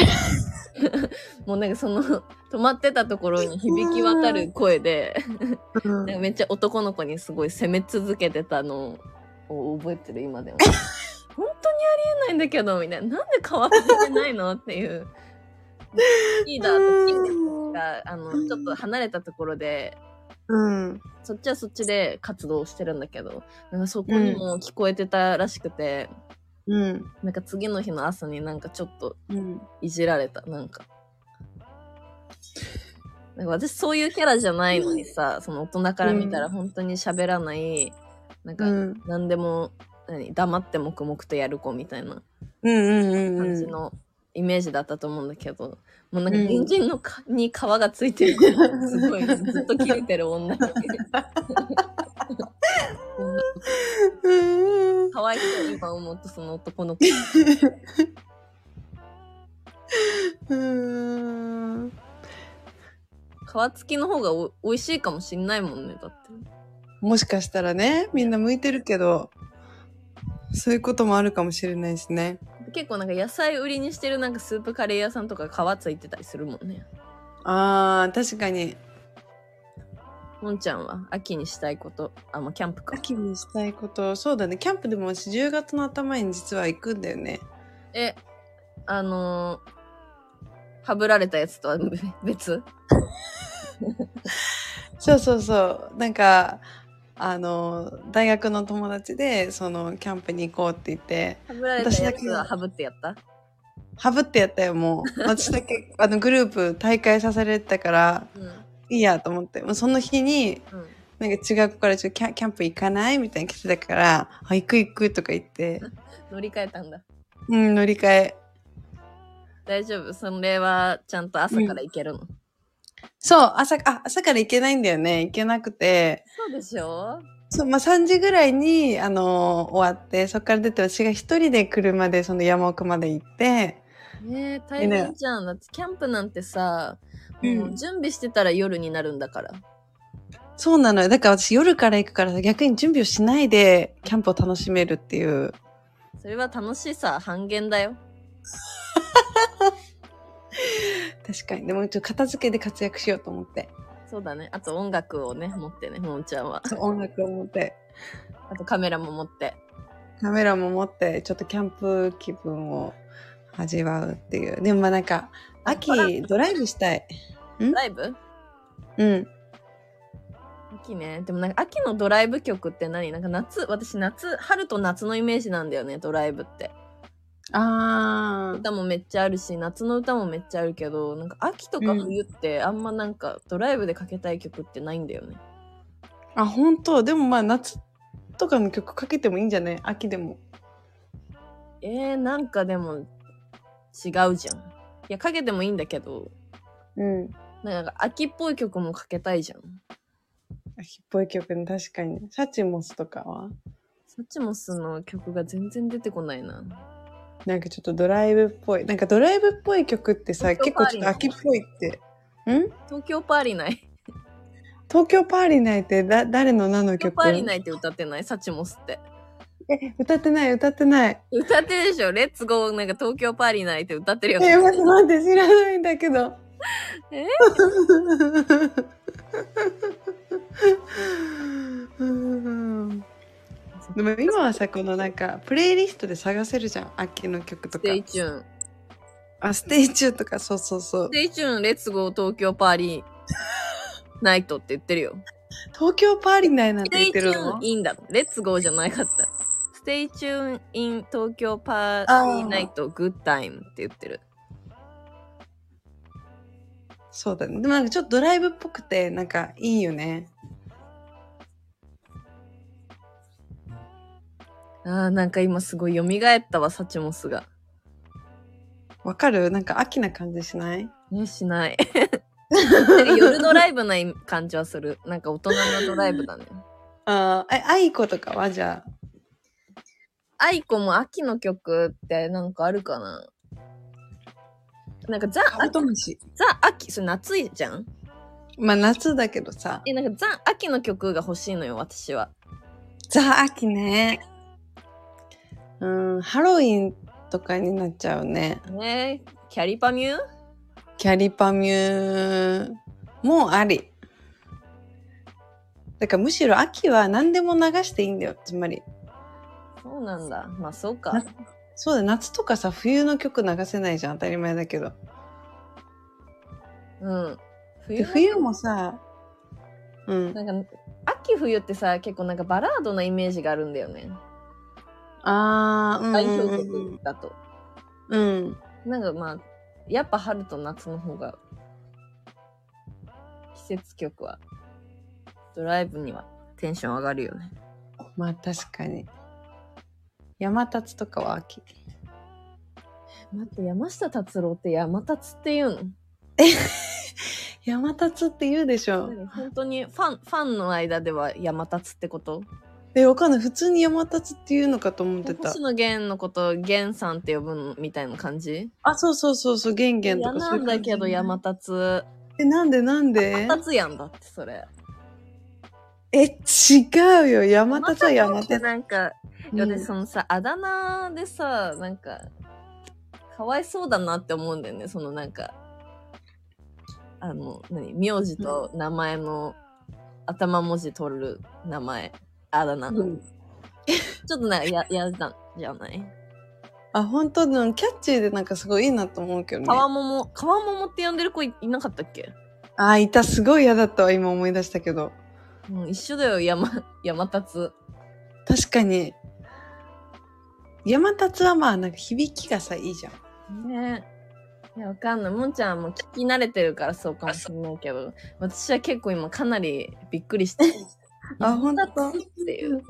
S2: もうなんかその止まってたところに響き渡る声で
S1: うん
S2: なんかめっちゃ男の子にすごい責め続けてたのを覚えてる今でも本当にありえないんだけどみたいななんで変わってないのっていうリーダーとチームがあのちょっと離れたところで
S1: うん。
S2: そっちはそっちで活動してるんだけどなんかそこにも聞こえてたらしくて、
S1: うん。
S2: なんか次の日の朝になんかちょっと
S1: うん。
S2: いじられたなんか。なんか私そういうキャラじゃないのにさ、その大人から見たら本当に喋らない、なんか
S1: うん。
S2: 何でも何黙って黙々とやる子みたいな
S1: うん。うん。
S2: 感
S1: う
S2: じ
S1: ん。
S2: のイメージだったと思うんだけど、もうなんか
S1: うん
S2: 人参のか、に皮がついてるからすごいずっと切れてる女に
S1: うん
S2: かわいそう今思うとその男の子
S1: うん。
S2: 皮付きの方がお美味しいかもしんないもんねだって
S1: もしかしたらね、みんな向いてるけど、そういうこともあるかもしれないしね。
S2: 結構なんか野菜売りにしてるなんかスープカレー屋さんとか皮ついてたりするもんね
S1: あー、確かに。
S2: もんちゃんは秋にしたいことあまあキャンプか
S1: 秋にしたいことそうだねキャンプでも私10月の頭に実は行くんだよね
S2: えあのーはぶられたやつとはべ別
S1: そうそうそうなんかあの大学の友達でそのキャンプに行こうって言って
S2: はぶられたやつははぶってやった
S1: ハブってやったよもう私だけあのグループ大会させられてたから
S2: うんうん
S1: いいやと思ってもうその日になんか違う子からちょっとキャンキャンプ行かないみたいに来てたから「あ行く行く」とか言って
S2: 乗り換えたんだ
S1: うん乗り換え
S2: 大丈夫それはちゃんと朝から行けるの、
S1: そう朝あ朝から行けないんだよね行けなくて
S2: そうでしょ
S1: そう、まあ、3時ぐらいに、あのー終わって、そこから出て、私が一人で車で、その山奥まで行って、
S2: ねえ大変じゃんだってキャンプなんてさ、
S1: うん
S2: もう準備してたら夜になるんだから
S1: そうなのよ。だから私夜から行くから、逆に準備をしないで、キャンプを楽しめるっていう。
S2: それは楽しさ半減だよ
S1: 確かに。でも、ちょっと片付けで活躍しようと思って。
S2: そうだね。あと音楽をね、持ってね、ももちゃんは。
S1: そう音楽を持って、
S2: あとカメラも持って。
S1: カメラも持って、ちょっとキャンプ気分を味わうっていう。でも、まあなんか、秋、ドライブしたい。
S2: ライブ
S1: うん。
S2: 秋ねでもなんか秋のドライブ曲って何なんか夏私夏春と夏のイメージなんだよねドライブって
S3: あー
S2: 歌もめっちゃあるし夏の歌もめっちゃあるけどなんか秋とか冬ってあんまなんかドライブでかけたい曲ってないんだよね、
S1: あ本当でもまあ夏とかの曲かけてもいいんじゃない秋でも
S2: えー、なんかでも違うじゃんいやかけてもいいんだけど
S1: うん
S2: なんか秋っぽい曲もかけたいじゃん
S1: 秋っぽい曲ね確かにシャチモスとかは
S2: サチモスの曲が全然出てこないな
S1: なんかちょっとドライブっぽいなんかドライブっぽい曲ってさ
S2: 東
S1: 結
S2: 京パ
S1: 構
S2: ー
S1: ち
S2: リ
S1: ょっと秋
S2: ー
S1: っぽいってん
S2: 東京パーリーない
S1: 東京パーリーナイってだ誰の何の
S2: 東京
S1: 曲
S2: パーリーないって歌ってないサチモスって
S1: え歌ってない歌ってない
S2: 歌ってるでしょレッツゴーなんか東京パーリーないって歌ってるよね
S1: え待って待って知らないんだけど
S2: え
S1: うん でも今はさこのなんかプレイリストで探せるじゃん秋の曲とか
S2: ステイチューン
S1: あステイチューとかそうそうそう
S2: ステイチューンレッツゴー東京パーリーナイトって言ってるよ
S1: 東京パーリーナイなん
S2: ス
S1: て
S2: テ
S1: 言っ
S2: イ
S1: て
S2: チ
S1: る
S2: ュー
S1: の
S2: ンインだレッツゴーじゃなかったステイチューンイン東京パーリーナイトグッタイムって言ってる
S1: そうだねでもなんかちょっとドライブっぽくてなんかいいよね
S2: あーなんか今すごい蘇ったわサチモスが
S1: わかるなんか秋な感じしない
S2: ねしない 夜ドライブない感じはするなんか大人のドライブだね
S1: あーえあいことかはじゃあ
S2: アイコも秋の曲ってなんかあるかななんかザ・秋
S1: トムシ
S2: ザ・秋それ夏いじゃん
S1: まあ夏だけどさ
S2: えなんかザ・秋の曲が欲しいのよ私は
S1: ザ秋ねうんハロウィンとかになっちゃうね
S2: ねえキャリパミュー
S1: キャリパミューもありだからむしろ秋は何でも流していいんだよつまり
S2: そうなんだまあそうか
S1: なそうだ夏とかさ冬の曲流せないじゃん当たり前だけど
S2: うん
S1: で
S2: 冬
S1: 冬もさうん
S2: なんか秋冬ってさ結構なんかバラードのイメージがあるんだよね
S1: あーうん
S2: 代表
S1: うん
S2: 曲だと
S1: うんうん
S2: なんかまあやっぱ春と夏の方が季節曲はドライブにはテンション上がるよね
S1: まあ確かに山立つとかは秋
S2: 待って山下達郎って山達っていうの
S1: 山立つって言うでしょ
S2: 本当にファンファンの間では山達ってこと
S1: えわかんない普通に山立つっていうのかと思ってた
S2: 星野源のこと源さんって呼ぶのみたいな感じ
S1: あそうそうそうそう玄
S2: 嫌
S1: 玄とか
S2: な
S1: そうん
S2: だけど山達
S1: えなんでなんで
S2: 山達やんだってそれ
S1: え違うよ山立つは山
S2: って
S1: 立つ
S2: なんかいや
S1: う
S2: で
S1: ん
S2: そのさあだ名でさなんかかわいそうだなって思うんだよねそのなんかあの何名字と名前の頭文字取る名前あだ名、
S1: うん
S2: ちょっとなんかややだじゃない
S1: あ本当のキャッチーでなんかすごいいいなと思うけどね
S2: 川桃川桃って呼んでる子いいなかったっけ、
S1: あいたすごい嫌だったわ今思い出したけど
S2: うん、一緒だよ山山立
S1: 確かに山立つはまあなんか響きがさいいじゃん
S2: ねいやわかんないもんちゃんはもう聞き慣れてるからそうかもしれないけど私は結構今かなりびっくりして
S1: あ本当
S2: 山立っていう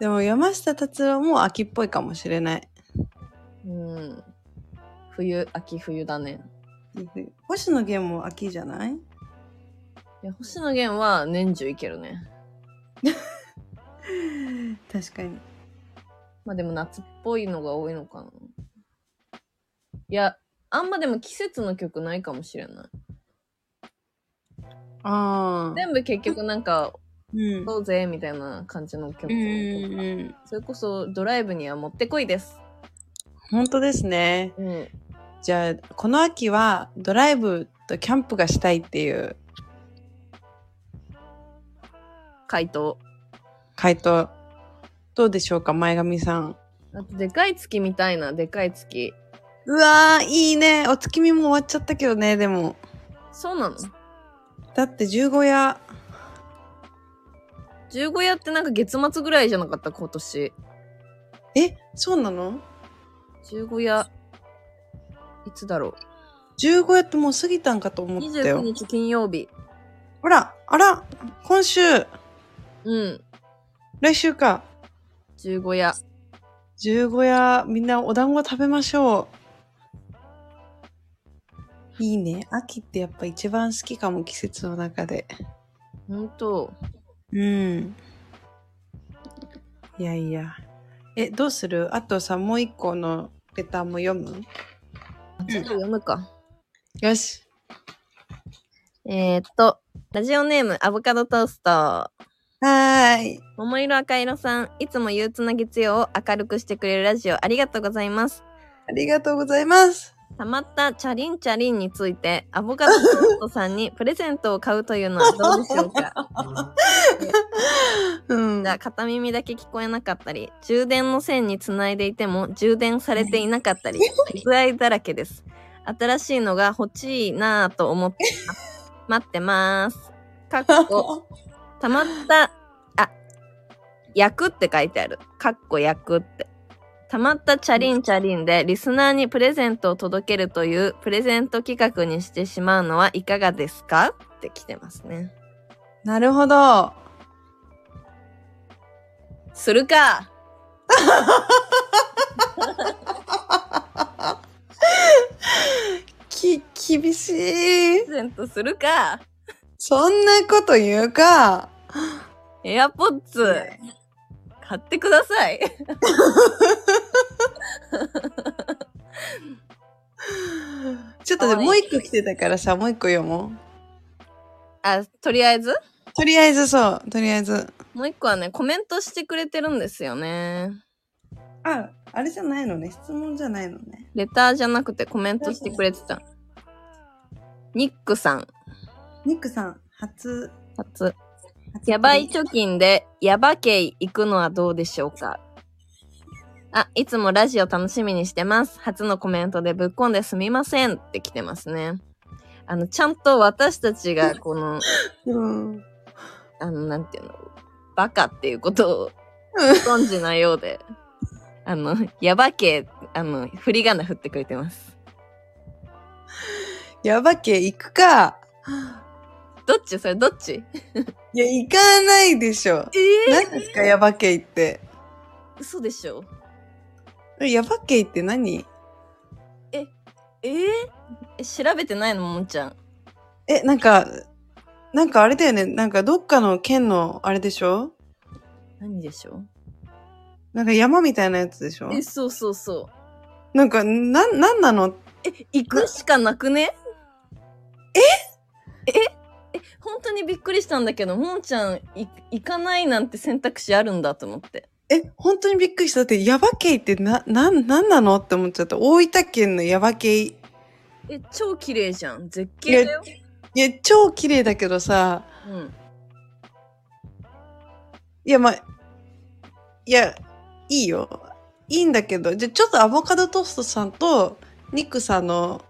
S1: でも山下達郎も秋っぽいかもしれない
S2: うん。冬、秋冬だね。
S1: 星野源も秋じゃない
S2: いや、星野源は年中いけるね。
S1: 確かに
S2: まあでも夏っぽいのが多いのかな。いや、あんまでも季節の曲ないかもしれない。
S1: ああ
S2: 全部結局なんか、
S1: うん
S2: どうぜみたいな感じの曲。
S1: うんうんうん
S2: それこそドライブにはもってこいです。
S1: 本当ですね
S2: うん。
S1: じゃあこの秋はドライブとキャンプがしたいっていう
S2: 回答。
S1: 回答どうでしょうか前髪さん
S2: あと、でかい月みたいな、でかい月。
S1: うわーいいねお月見も終わっちゃったけどねでも
S2: そうなの
S1: だって十五夜
S2: 十五夜ってなんか月末ぐらいじゃなかった今年
S1: えそうなの
S2: 十五夜いつだろ
S1: 十五夜ってもう過ぎたんかと
S2: う
S1: 思った
S2: 29
S1: よ
S2: 日金曜日
S1: ほらあら今週
S2: うん
S1: 来週か
S2: 十五夜
S1: 十五夜みんなお団子食べましょういいね秋ってやっぱ一番好きかも季節の中で
S2: ほんと
S1: うんいやいやえどうするあとさもう一個のレターも読む
S2: あちょっと読むか
S1: よし
S2: えー、っとラジオネームアボカドトースト
S1: はーい
S2: 桃色赤色さんいつも憂鬱な月曜を明るくしてくれるラジオありがとうございます
S1: ありがとうございます
S2: たまったチャリンチャリンについてアボカドトーストさんにプレゼントを買うというのはどうでしょうか
S1: うん
S2: じゃあ片耳だけ聞こえなかったり充電の線につないでいても充電されていなかったり不具合だらけです新しいのが欲しいなぁと思ってます待ってますかっ こたまったあ焼くって書いてあるかっこ焼くってたまったチャリンチャリンでリスナーにプレゼントを届けるというプレゼント企画にしてしまうのはいかがですかって来てますね
S1: なるほど
S2: するか
S1: き厳しい
S2: プレゼントするか
S1: そんなこと言うか
S2: エアポッツ買ってください
S1: ちょっとで
S2: かわいい
S1: もう一個来てたからさもう一個読もう
S2: あとりあえず
S1: とりあえずそうとりあえず
S2: もう一個はねコメントしてくれてるんですよね
S1: ああれじゃないのね質問じゃないのね
S2: レターじゃなくてコメントしてくれてたニックさん
S1: ニックさん初
S2: 初やばい貯金でヤバ系行くのはどうでしょうかあ、いつもラジオ楽しみにしてます。初のコメントでぶっこんですみませんって来てますね。あの、ちゃんと私たちがこの、
S1: うん
S2: あの、なんていうの、バカっていうことをご存知なようで、あの、ヤバ系、あの、振り仮名振ってくれてます。
S1: やばけ行くか
S2: どっちそれどっち
S1: いや行かないでしょ
S2: え
S1: 何ですかやばけ行って
S2: 嘘でしょ
S1: やばけ行って何
S2: えーえ調べてないのもんちゃん。
S1: えなんかなんかあれだよねなんかどっかの県のあれでしょ
S2: 何でしょう
S1: なんか山みたいなやつでしょ
S2: え、そうそうそう。
S1: なんか、なん、なんなの
S2: え、行くしかなくねえええ、本当にびっくりしたんだけど、もんちゃん、い行かないなんて選択肢あるんだと思って。
S1: え、本当にびっくりした。だって、ヤバ系ってな、なん、なんなのって思っちゃった。大分県のヤバ系。い
S2: え、超綺麗じゃん。絶景だよ。
S1: や、超綺麗だけどさ、
S2: うん。
S1: いや、まあ、いや、いいよ。いいんだけど、じゃ、ちょっとアボカドトーストさんと、ニックさんの、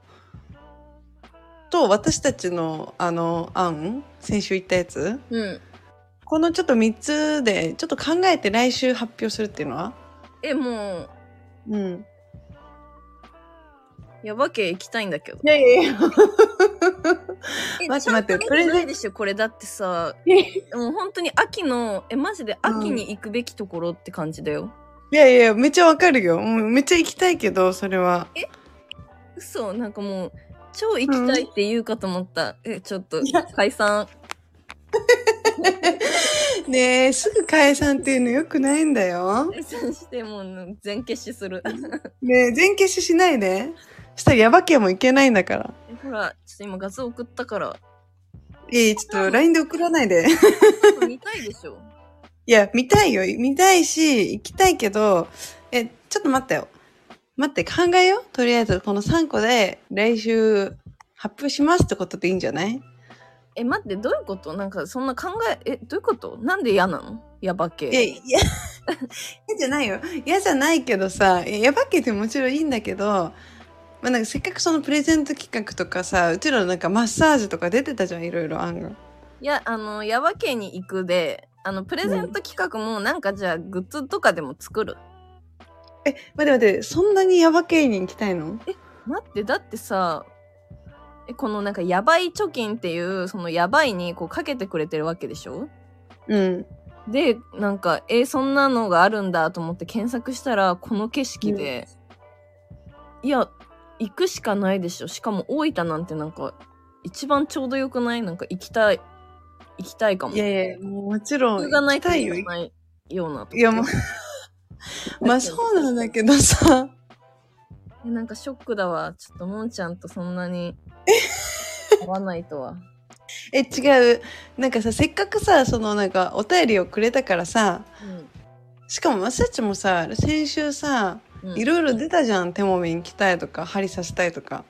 S1: と、私たちの、あの、案先週言ったやつ
S2: うん。
S1: このちょっと3つで、ちょっと考えて来週発表するっていうのは
S2: え、もう、
S1: うん。
S2: ヤバ系行きたいんだけど。
S1: いやいやいや。
S2: え
S1: 待って待って
S2: ちゃんと
S1: プレゼン
S2: 見ないでしょ、これだってさ、 もう本当に秋の、え、マジで秋に行くべきところって感じだよ。
S1: いやいや、めっちゃわかるよ。うんめっちゃ行きたいけど、それは。
S2: 嘘、なんかもう、超行きたいって言うかと思った。え、ちょっと、解散。
S1: ねえ、すぐ解散っていうのよくないんだよ。
S2: 解散してもう全消しする
S1: ねえ、全消ししないで。そしたらヤバ系も行けないんだから。
S2: えほらちょっと今画像送ったから
S1: ええ、ちょっと LINE で送らないで。
S2: 見たいでしょ
S1: いや、見たいよ。見たいし、行きたいけど、え、ちょっと待ったよ。待って、考えよう。とりあえず、この3個で来週発表しますってことでいいんじゃない
S2: え待ってどういうことなんかそんな考ええどういうことなんで嫌なのヤバ
S1: いや、
S2: 系
S1: いや、 嫌じゃないよ。嫌じゃないけどさ、いやヤバ系ってもちろんいいんだけど、まあ、なんかせっかくそのプレゼント企画とかさうちらなんかマッサージとか出てたじゃんいろいろ案が。
S2: いやあの矢場家に行くであのプレゼント企画もなんかじゃあグッズとかでも作る、
S1: え待って待ってそんなにヤバ系に行きたいの
S2: 待ってだってさえこのなんかやばい貯金っていうそのやばいにこうかけてくれてるわけでしょ
S1: うん。
S2: でなんかえそんなのがあるんだと思って検索したらこの景色で、いや行くしかないでしょしかも大分なんてなんか一番ちょうどよくないなんか行きたい行きたいかも
S1: いやいやもうもちろん
S2: 僕がない
S1: 行きたいよ。
S2: よ
S1: い
S2: ないようなとこ
S1: やもう まあそうなんだけど さ。
S2: えなんかショックだわちょっともんちゃんとそんなに合わないとは
S1: え違うなんかさせっかくさそのなんかお便りをくれたからさしかも私たちもさ先週さ
S2: うん、うん
S1: いろいろ出たじゃん手もみに来たいとか針刺したいとか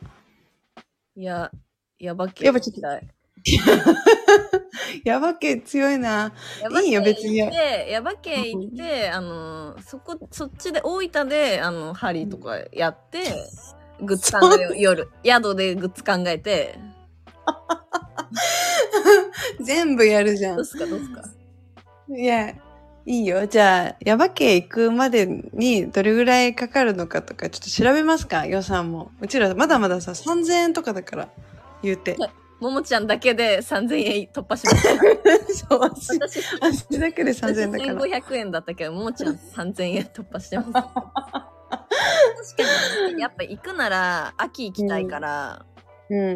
S2: いややばけ
S1: やっぱちょっと
S2: 行きたい
S1: やばけ強いな
S2: やば
S1: い
S2: け
S1: いよ別に
S2: 行ってやばけ行って、あのそこそっちで大分であのハリーとかやって、グッズ考えよう夜宿でグッズ考えて
S1: 全部やるじゃ
S2: どうんすかどうすか
S1: いやいいよじゃあやばけ行くまでにどれぐらいかかるのかとかちょっと調べますか予算もうちらまだまださ3000円とかだから言うて
S2: ももちゃんだけで3000円突破しました
S1: そう足
S2: 私
S1: 足だけで
S2: 私
S1: 3000円だから
S2: 1500円だったけどももちゃん3000円突破してます確かにやっぱ行くなら秋行きたいから、
S1: うん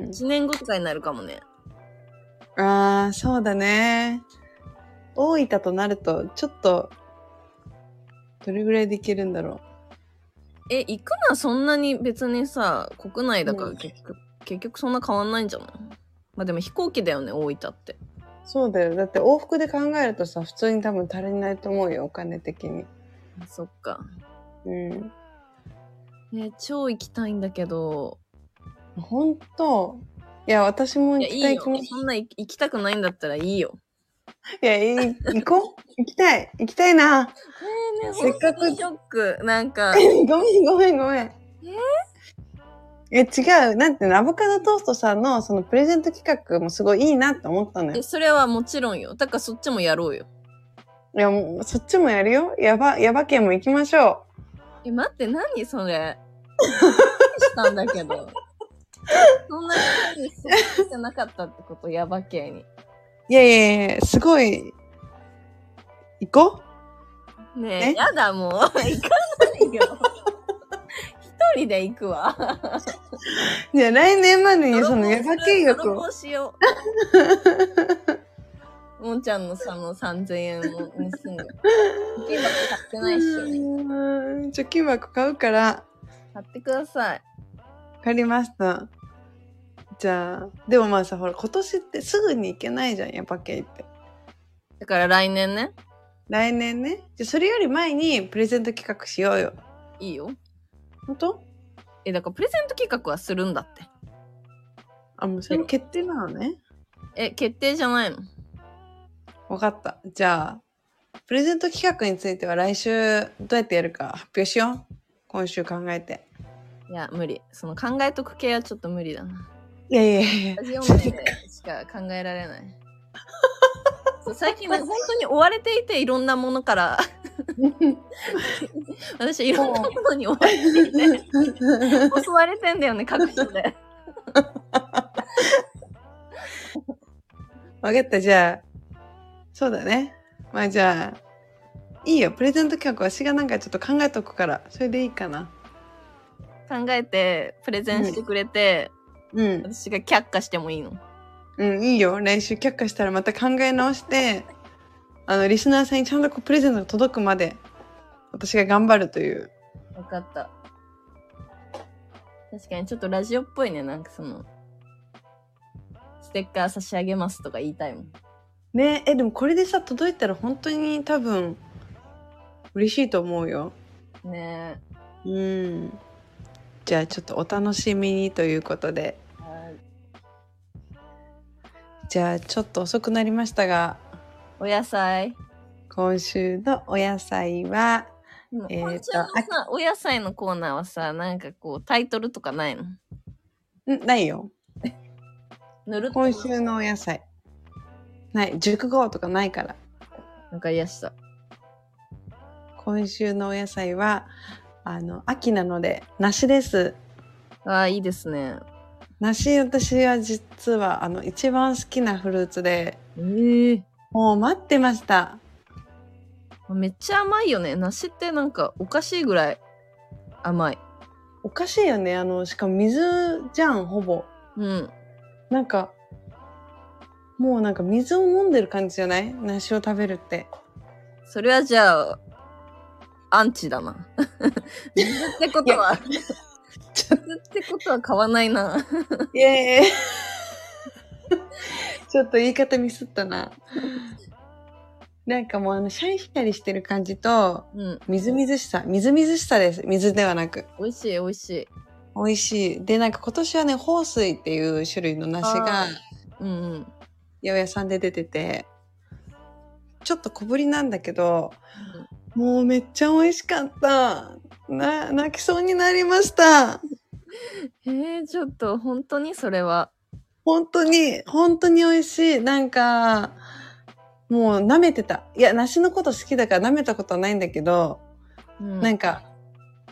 S2: 1年後とかになるかもね
S1: ああ、そうだね。大分となると、ちょっと、どれぐらいできるんだろ
S2: え行くのはそんなに別にさ国内だから
S1: うん
S2: 結局,、結局そんな変わんないんじゃないまあでも飛行機だよね大分って
S1: う。そうだよ。だって往復で考えるとさ、普通に多分足りないと思うよ、お金的に。
S2: そっか
S1: うん。
S2: ね超行きたいんだけど
S1: ほんと、いや、私も
S2: い
S1: 行
S2: やい
S1: き
S2: い
S1: たい
S2: よ
S1: 気持ち。い
S2: そんな行行きたくないんだったらいいよ
S1: や、いい行こう。行きたい。行きたい な。
S2: え
S1: ねせっかく
S2: ショックなんか
S1: ごめん、ごめん、ごめん。え違う。なんていうの、アボカドトーストさんのそのプレゼント企画もすごいいいなって思ったのよ
S2: え。それはもちろんよだからそっちもやろうよ
S1: いや、もうそっちもやるよ。やば、やば県も行きましょ
S2: え待って何それしたんだけどそんなにそしてなかったってことやばけに
S1: う。いやいやいや、すごい。行こ
S2: ねえ
S1: え
S2: やだ もう行かないよ一人で行くわ
S1: う。じゃあ来年までにそのやば県欲
S2: 泥
S1: を。
S2: 棒しようもんちゃんのその3000円を盗んで金額買ってないっし
S1: う
S2: ょ
S1: ーん貯金箱買うから、
S2: 買ってください
S1: わかりました。じゃあ、でもまあさ、ほら、今年ってすぐに行けないじゃん、やば県って。
S2: だから来年ね
S1: 来年ね。じゃあそれより前にプレゼント企画しようよ。
S2: いいよ
S1: ほんと
S2: えだからプレゼント企画はするんだって
S1: あ、もうそれも決定なのね。
S2: え決定じゃないの
S1: わかった。じゃあ、プレゼント企画については来週どうやってやるか発表しよう。今週考えて。
S2: いや無理その考えとく系はちょっと無理だない
S1: やいやいや
S2: ラジオ名でしか考え られないそう最近なんか本当に追われていていろんなものから私いろんなものに追われていて襲われてんだよね各所で
S1: わかった。じゃあ、そうだね。まあじゃあ、いいよ。プレゼント企画わしがなんかちょっと考えとくから、それでいいかな。
S2: 考えてプレゼンしてくれて、
S1: うん。
S2: 私が却下してもいいの
S1: うん、いいよ。来週却下したらまた考え直して、あの、リスナーさんにちゃんとこうプレゼントが届くまで、私が頑張るという。
S2: 分かった確かにちょっとラジオっぽいねなんかそのステッカー差し上げますとか言いたいもん
S1: ねえ、でもこれでさ、届いたら本当に多分、嬉しいと思うよ。
S2: ね
S1: うん。じゃあちょっとお楽しみにということで。
S2: えはい
S1: じゃあちょっと遅くなりましたが、
S2: お野菜
S1: 今週のお野菜は、
S2: 今
S1: えーと
S2: 今週のさ、お野菜のコーナーはさ、なんかこう、タイトルとかないの
S1: んないよ。
S2: ぬるっと
S1: 今週のお野菜。ない。熟語とかないから。
S2: わかりやした。
S1: 今週のお野菜は、あの、秋なので、梨です。
S2: ああ、いいですね。
S1: 梨、私は実は、あの、一番好きなフルーツで、
S2: えー、
S1: もう待ってました。
S2: めっちゃ甘いよね。梨ってなんかおかしいぐらい甘い。
S1: おかしいよね。あの、しかも水じゃん、ほぼ。
S2: うん。
S1: なんか、もうなんか水を飲んでる感じじゃない梨を食べるって。
S2: それはじゃあ、アンチだな。 水ってことは、水ってことは買わないな。
S1: イエーイ ちょっと言い方ミスったな。なんかもうあの、シャリシャリしてる感じと、
S2: うん。
S1: みずみずしさ。みずみずしさです。水ではなく。
S2: 美味しい、美味しい。
S1: 美味しい。で、なんか今年はね、豊水っていう種類の梨が
S2: あー、うんうん。
S1: 八百屋さんで出てて、ちょっと小ぶりなんだけど、もうめっちゃ美味しかった。な、泣きそうになりました。
S2: えー、ちょっと本当にそれは。
S1: 本当に、本当に美味しい。なんか、もう舐めてた。いや、梨のこと好きだから舐めたことはないんだけど、
S2: うん、
S1: なんか、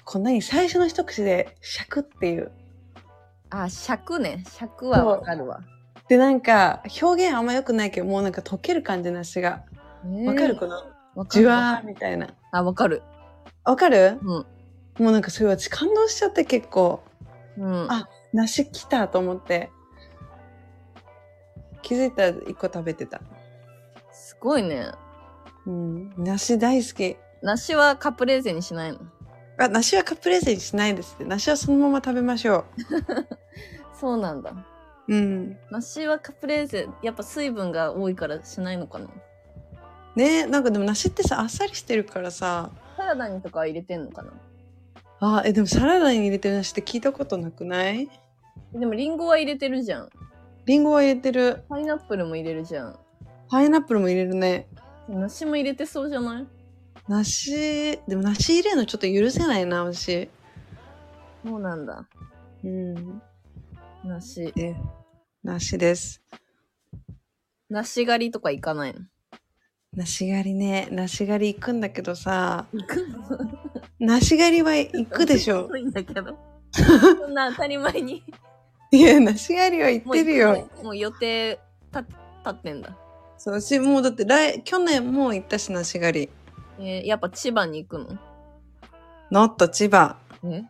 S1: こんなに最初の一口でシャクっていう。
S2: あ、尺ね。尺はわかるわ。
S1: で、なんか、表現あんま良くないけど、もうなんか溶ける感じ梨が。
S2: えー
S1: わかるこの、
S2: わか
S1: じ
S2: る
S1: わーみたいな。
S2: あ、わかる。
S1: わかる
S2: うん。
S1: もうなんかそれ私感動しちゃって結構、
S2: うん。
S1: あ梨来たと思って。気づいたら一個食べてた。
S2: すごいね。
S1: うん。梨大好き。
S2: 梨はカプレーゼにしないの
S1: あ、梨はカプレーゼにしないですって。梨はそのまま食べましょ
S2: そうなんだ。
S1: う。うん。
S2: 梨はカプレーゼ、やっぱ水分が多いからしないのかな
S1: ねえ、なんかでも梨ってさ、あっさりしてるからさ、
S2: サラダにとかは入れてんのかな
S1: あ、え、でもサラダに入れてる梨って聞いたことなくない
S2: でもリンゴは入れてるじゃん。
S1: リンゴは入れてる。
S2: パイナップルも入れるじゃん。
S1: パイナップルも入れるね。
S2: 梨も入れてそうじゃない
S1: 梨、でも梨入れるのちょっと許せないな、私。
S2: そうなんだ。
S1: うん。
S2: 梨。
S1: え、梨です。
S2: 梨狩りとか行かないの
S1: 梨狩りね、梨狩り行くんだけどさ、
S2: 行く
S1: 梨狩りは行くでしょ。
S2: いんだけど。そんな当たり前に。
S1: いや、梨狩りは行ってる
S2: もう行
S1: よ。
S2: くね。もう予定立立ってんだ。
S1: そう、私もうだって来、去年もう行ったし、梨狩り。
S2: えーやっぱ千葉に行くの
S1: ノット千葉、
S2: え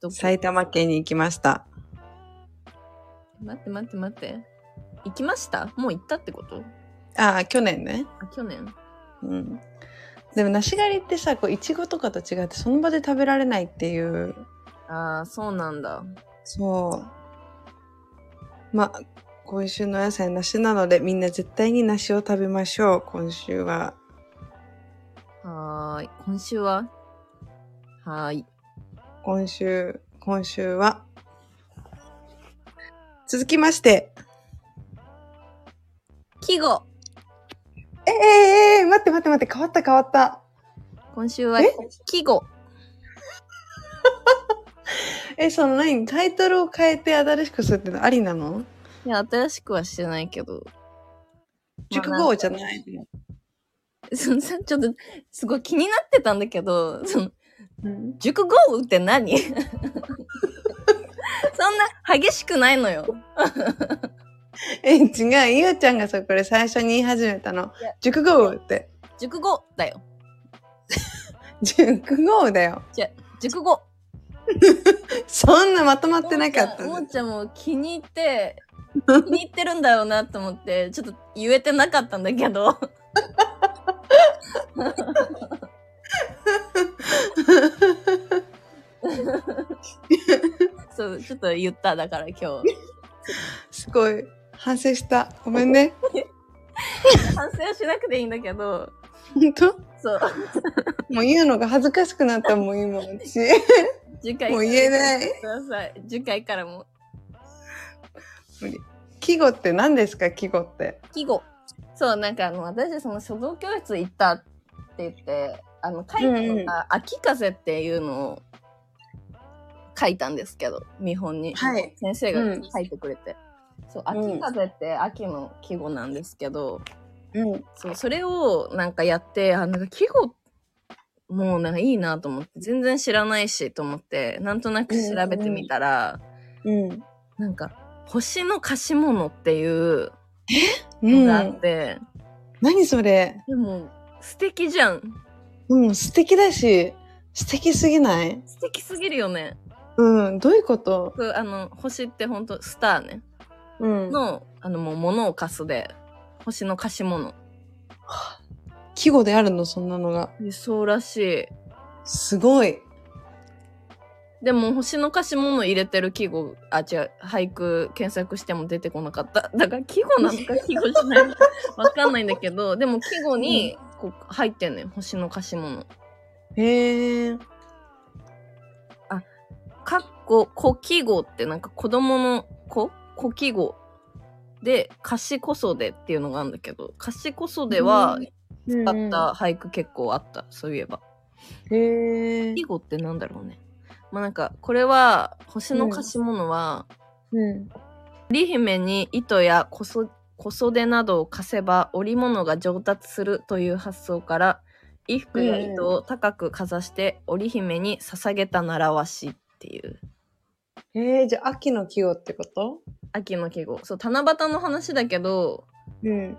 S2: どこ
S1: 埼玉県に行きました。
S2: 待って待って待って。行きましたもう行ったってこと
S1: ああ、去年ね。
S2: あ、去年。
S1: うん。でも梨狩りってさ、こう、いちごとかと違って、その場で食べられないっていう
S2: ああ、そうなんだ。
S1: そう。まあ、今週のお野菜梨なので、みんな絶対に梨を食べましょう、今週は。
S2: はーい。今週ははーい。
S1: 今週、今週は。続きまして。
S2: 季語
S1: ええええ待って待って待って、変わった変わった。
S2: 今週は
S1: え
S2: 季語
S1: え、その何タイトルを変えて新しくするってのありなの
S2: いや、新しくはしてないけど。
S1: 熟
S2: まあ
S1: 語じゃないの、
S2: そのさちょっと、すごい気になってたんだけど、その、
S1: うん
S2: 熟語って何 そんな激しくないのよ。
S1: え、違う。ゆうちゃんがさ、これ最初に言い始めたの
S2: いや。
S1: 熟語って。
S2: 熟語だよ。
S1: 熟語だよ。
S2: 熟語。
S1: そんなまとまってなかった
S2: も
S1: の
S2: ーちゃんも気に入って、気に入ってるんだろうなと思って、ちょっと言えてなかったんだけど。そう、ちょっと言った、だから今日。
S1: すごい。反省した。ごめん ね。
S2: 反省はしなくていいんだけど、
S1: ほんと
S2: そう、
S1: もう言うのが恥ずかしくなったもん、今、 私。
S2: 次回
S1: もう言えない。
S2: ください。次回からも、
S1: 季語って何ですか、季語って。
S2: 季語。そう、なんかあの、私、その書道教室行ったって言って、あの書いたの
S1: うんうん
S2: が「秋風」っていうのを書いたんですけど見本に、
S3: はい
S2: 先生
S1: うん
S2: が書いてくれて、そう秋風って秋の季語なんですけど、
S1: うん
S2: そうそれをなんかやってあなんか季語もうなんかいいなと思って全然知らないしと思ってなんとなく調べてみたら、
S1: うん
S2: なんか「星の貸し物」っていう
S1: う
S2: のがあっ
S1: ん
S2: て、
S1: 何それ
S2: でも素敵じゃん
S1: うん素敵だし素敵すぎない
S2: 素敵すぎるよね
S1: うんどういうこと
S2: こうあの星ってほんとスターね
S1: うん
S2: のあのもう物を貸すで星の貸し物
S1: 季語であるのそんなのが
S2: そうらしい
S1: すごい
S2: でも星の貸し物入れてる季語あ違う俳句検索しても出てこなかっただから季語なのか季語じゃないのかわかんないんだけどでも季語にこう入ってんねん星の貸し物
S1: へえ
S2: かっこ子季語ってなんか子供の子子季語で貸しこそでっていうのがあるんだけど貸しこそでは使った俳句結構あった、そういえば
S1: へえ
S2: 季語ってなんだろうねまあなんかこれは星の貸し物は、
S1: うん
S2: 織姫に糸やこそ小袖などを貸せば織物が上達するという発想から衣服や糸を高くかざして織姫に捧げた習わしっていう
S1: へえじゃあ秋の季語ってこと
S2: 秋の季語そう七夕の話だけど
S1: うん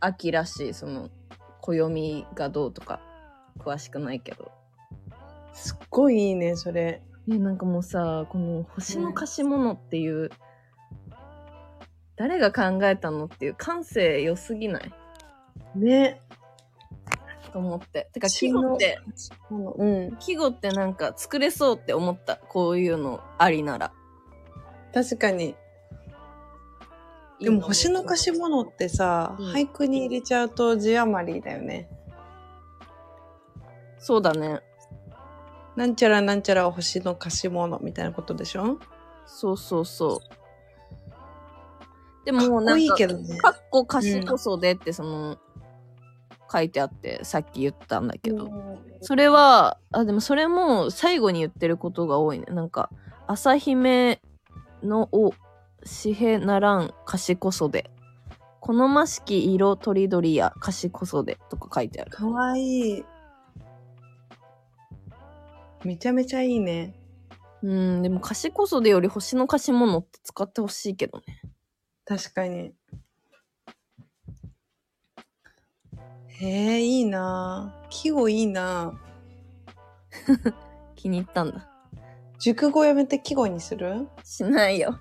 S2: 秋らしいその暦がどうとか詳しくないけど
S1: すっごいいいねそれ
S2: ねなんかもうさこの「星の貸し物」っていう、誰が考えたのっていう感性良すぎない
S1: ね
S2: と思っててか
S1: 星
S2: 季
S1: の
S2: 語って
S1: うん
S2: 季語ってなんか作れそうって思ったこういうのありなら
S1: 確かにでも星の貸し物ってさ、
S2: うん
S1: 俳句に入れちゃうと字余りだよね。
S2: そうだね
S1: なんちゃらなんちゃらは星の貸し物みたいなことでしょ
S2: そうそうそうで
S1: かっ
S2: もな
S1: こ
S2: ん
S1: いい
S2: か
S1: けどね
S2: 「か。っこ貸しこそで」ってその、書いてあってさっき言ったんだけど、それはあでもそれも最後に言ってることが多いねなんか「朝姫のおしへならん貸しこそで」「好ましき色とりどりや貸しこそで」とか書いてある
S1: かわいい。めちゃめちゃいいね。
S2: うん、でも貸しこそでより星の貸し物って使ってほしいけどね。
S1: 確かに。へえ、いいなぁ季語いいなぁ
S2: 気に入ったんだ。
S1: 熟語やめて季語にする
S2: しないよ。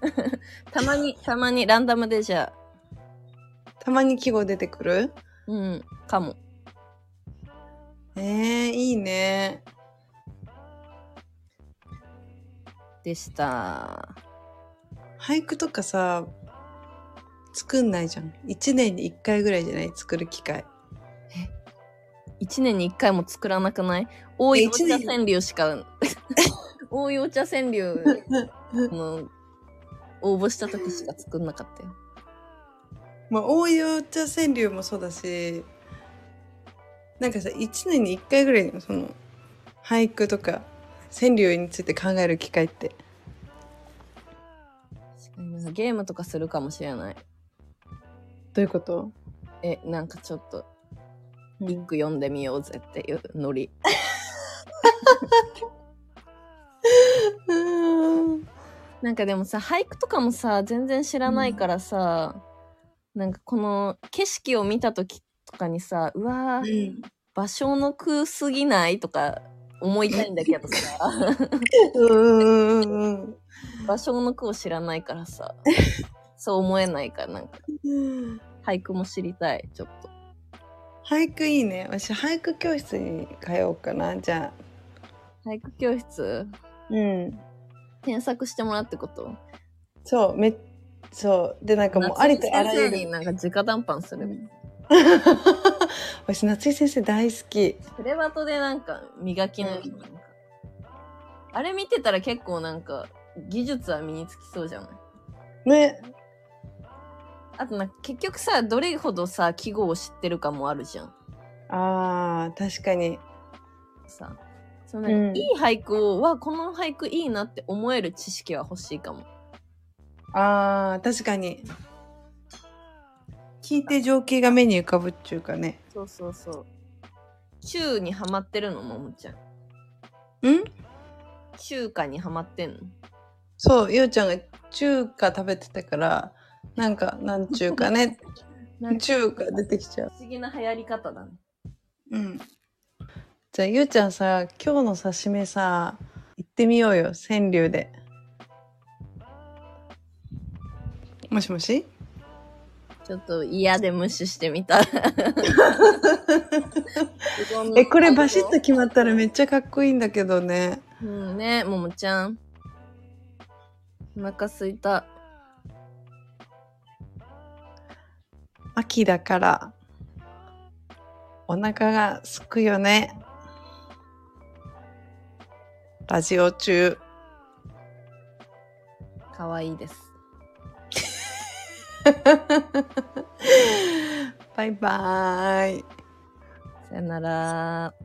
S2: たまに、たまにランダムでじゃあ、
S1: たまに季語出てくる
S2: うん、かも。
S1: ええ、いいね。
S2: でした。
S1: 俳句とかさ作んないじゃん1年に1回ぐらいじゃない作る機会
S2: 一年に一回も作らなくない多いお
S1: 一
S2: 茶
S1: 年に
S2: 川柳し か、多いお茶川柳 の応募した時しか作んなかったよ。
S1: まあ応用茶川柳もそうだしなんかさ1年に1回ぐらいのその俳句とか川柳について考える機会って
S2: 確かになんかゲームとかするかもしれない。
S1: どういうこと、
S2: え、なんかちょっと、リンク読んでみようぜっていうノリ。
S1: うん
S2: なんかでもさ俳句とかもさ全然知らないからさ、なんかこの景色を見た時とかにさうわー芭蕉の空すぎないとか思いたいんだけどさ
S1: うんうんうん
S2: 芭蕉の句を知らないからさそう思えないからなんか
S1: うん
S2: 俳句も知りたいちょっと
S1: 俳句いいね私俳句教室に通おうかなじゃあ
S2: 俳句教室
S1: うん
S2: 検索してもらうってこと
S1: そうめそうでなんかもうありとあらゆ
S2: 夏井先生
S1: る
S2: になんか直談判する、
S1: 私夏井先生大好き
S2: プレバトでなんか磨きの、
S1: うん
S2: なんかあれ見てたら結構なんか技術は身につきそうじゃない
S1: ね
S2: あとなんか結局さどれほどさ記号を知ってるかもあるじゃん
S1: あー確かに
S2: さそのなんか
S1: うん
S2: いい俳句を、わこの俳句いいなって思える知識は欲しいかも
S1: あー確かに聞いて情景が目に浮かぶっちゅうかね
S2: そうそうそう中にハマってるのももちゃん
S1: ん
S2: 中華にハマってんの
S1: そうゆうちゃんが中華食べてたからなんかなんちゅうかね
S2: なんか
S1: 中華出てきちゃう
S2: 不思議な流行り方だね
S1: うんじゃあゆうちゃんさ今日の刺身さ行ってみようよ川柳でもしもし
S2: ちょっと嫌で無視してみ た
S1: えこれバシッと決まったらめっちゃかっこいいんだけどね
S2: うんねももちゃんお腹すいた
S1: 秋だからお腹がすくよねラジオ中
S2: かわいいです
S1: バイバーイ
S2: さよなら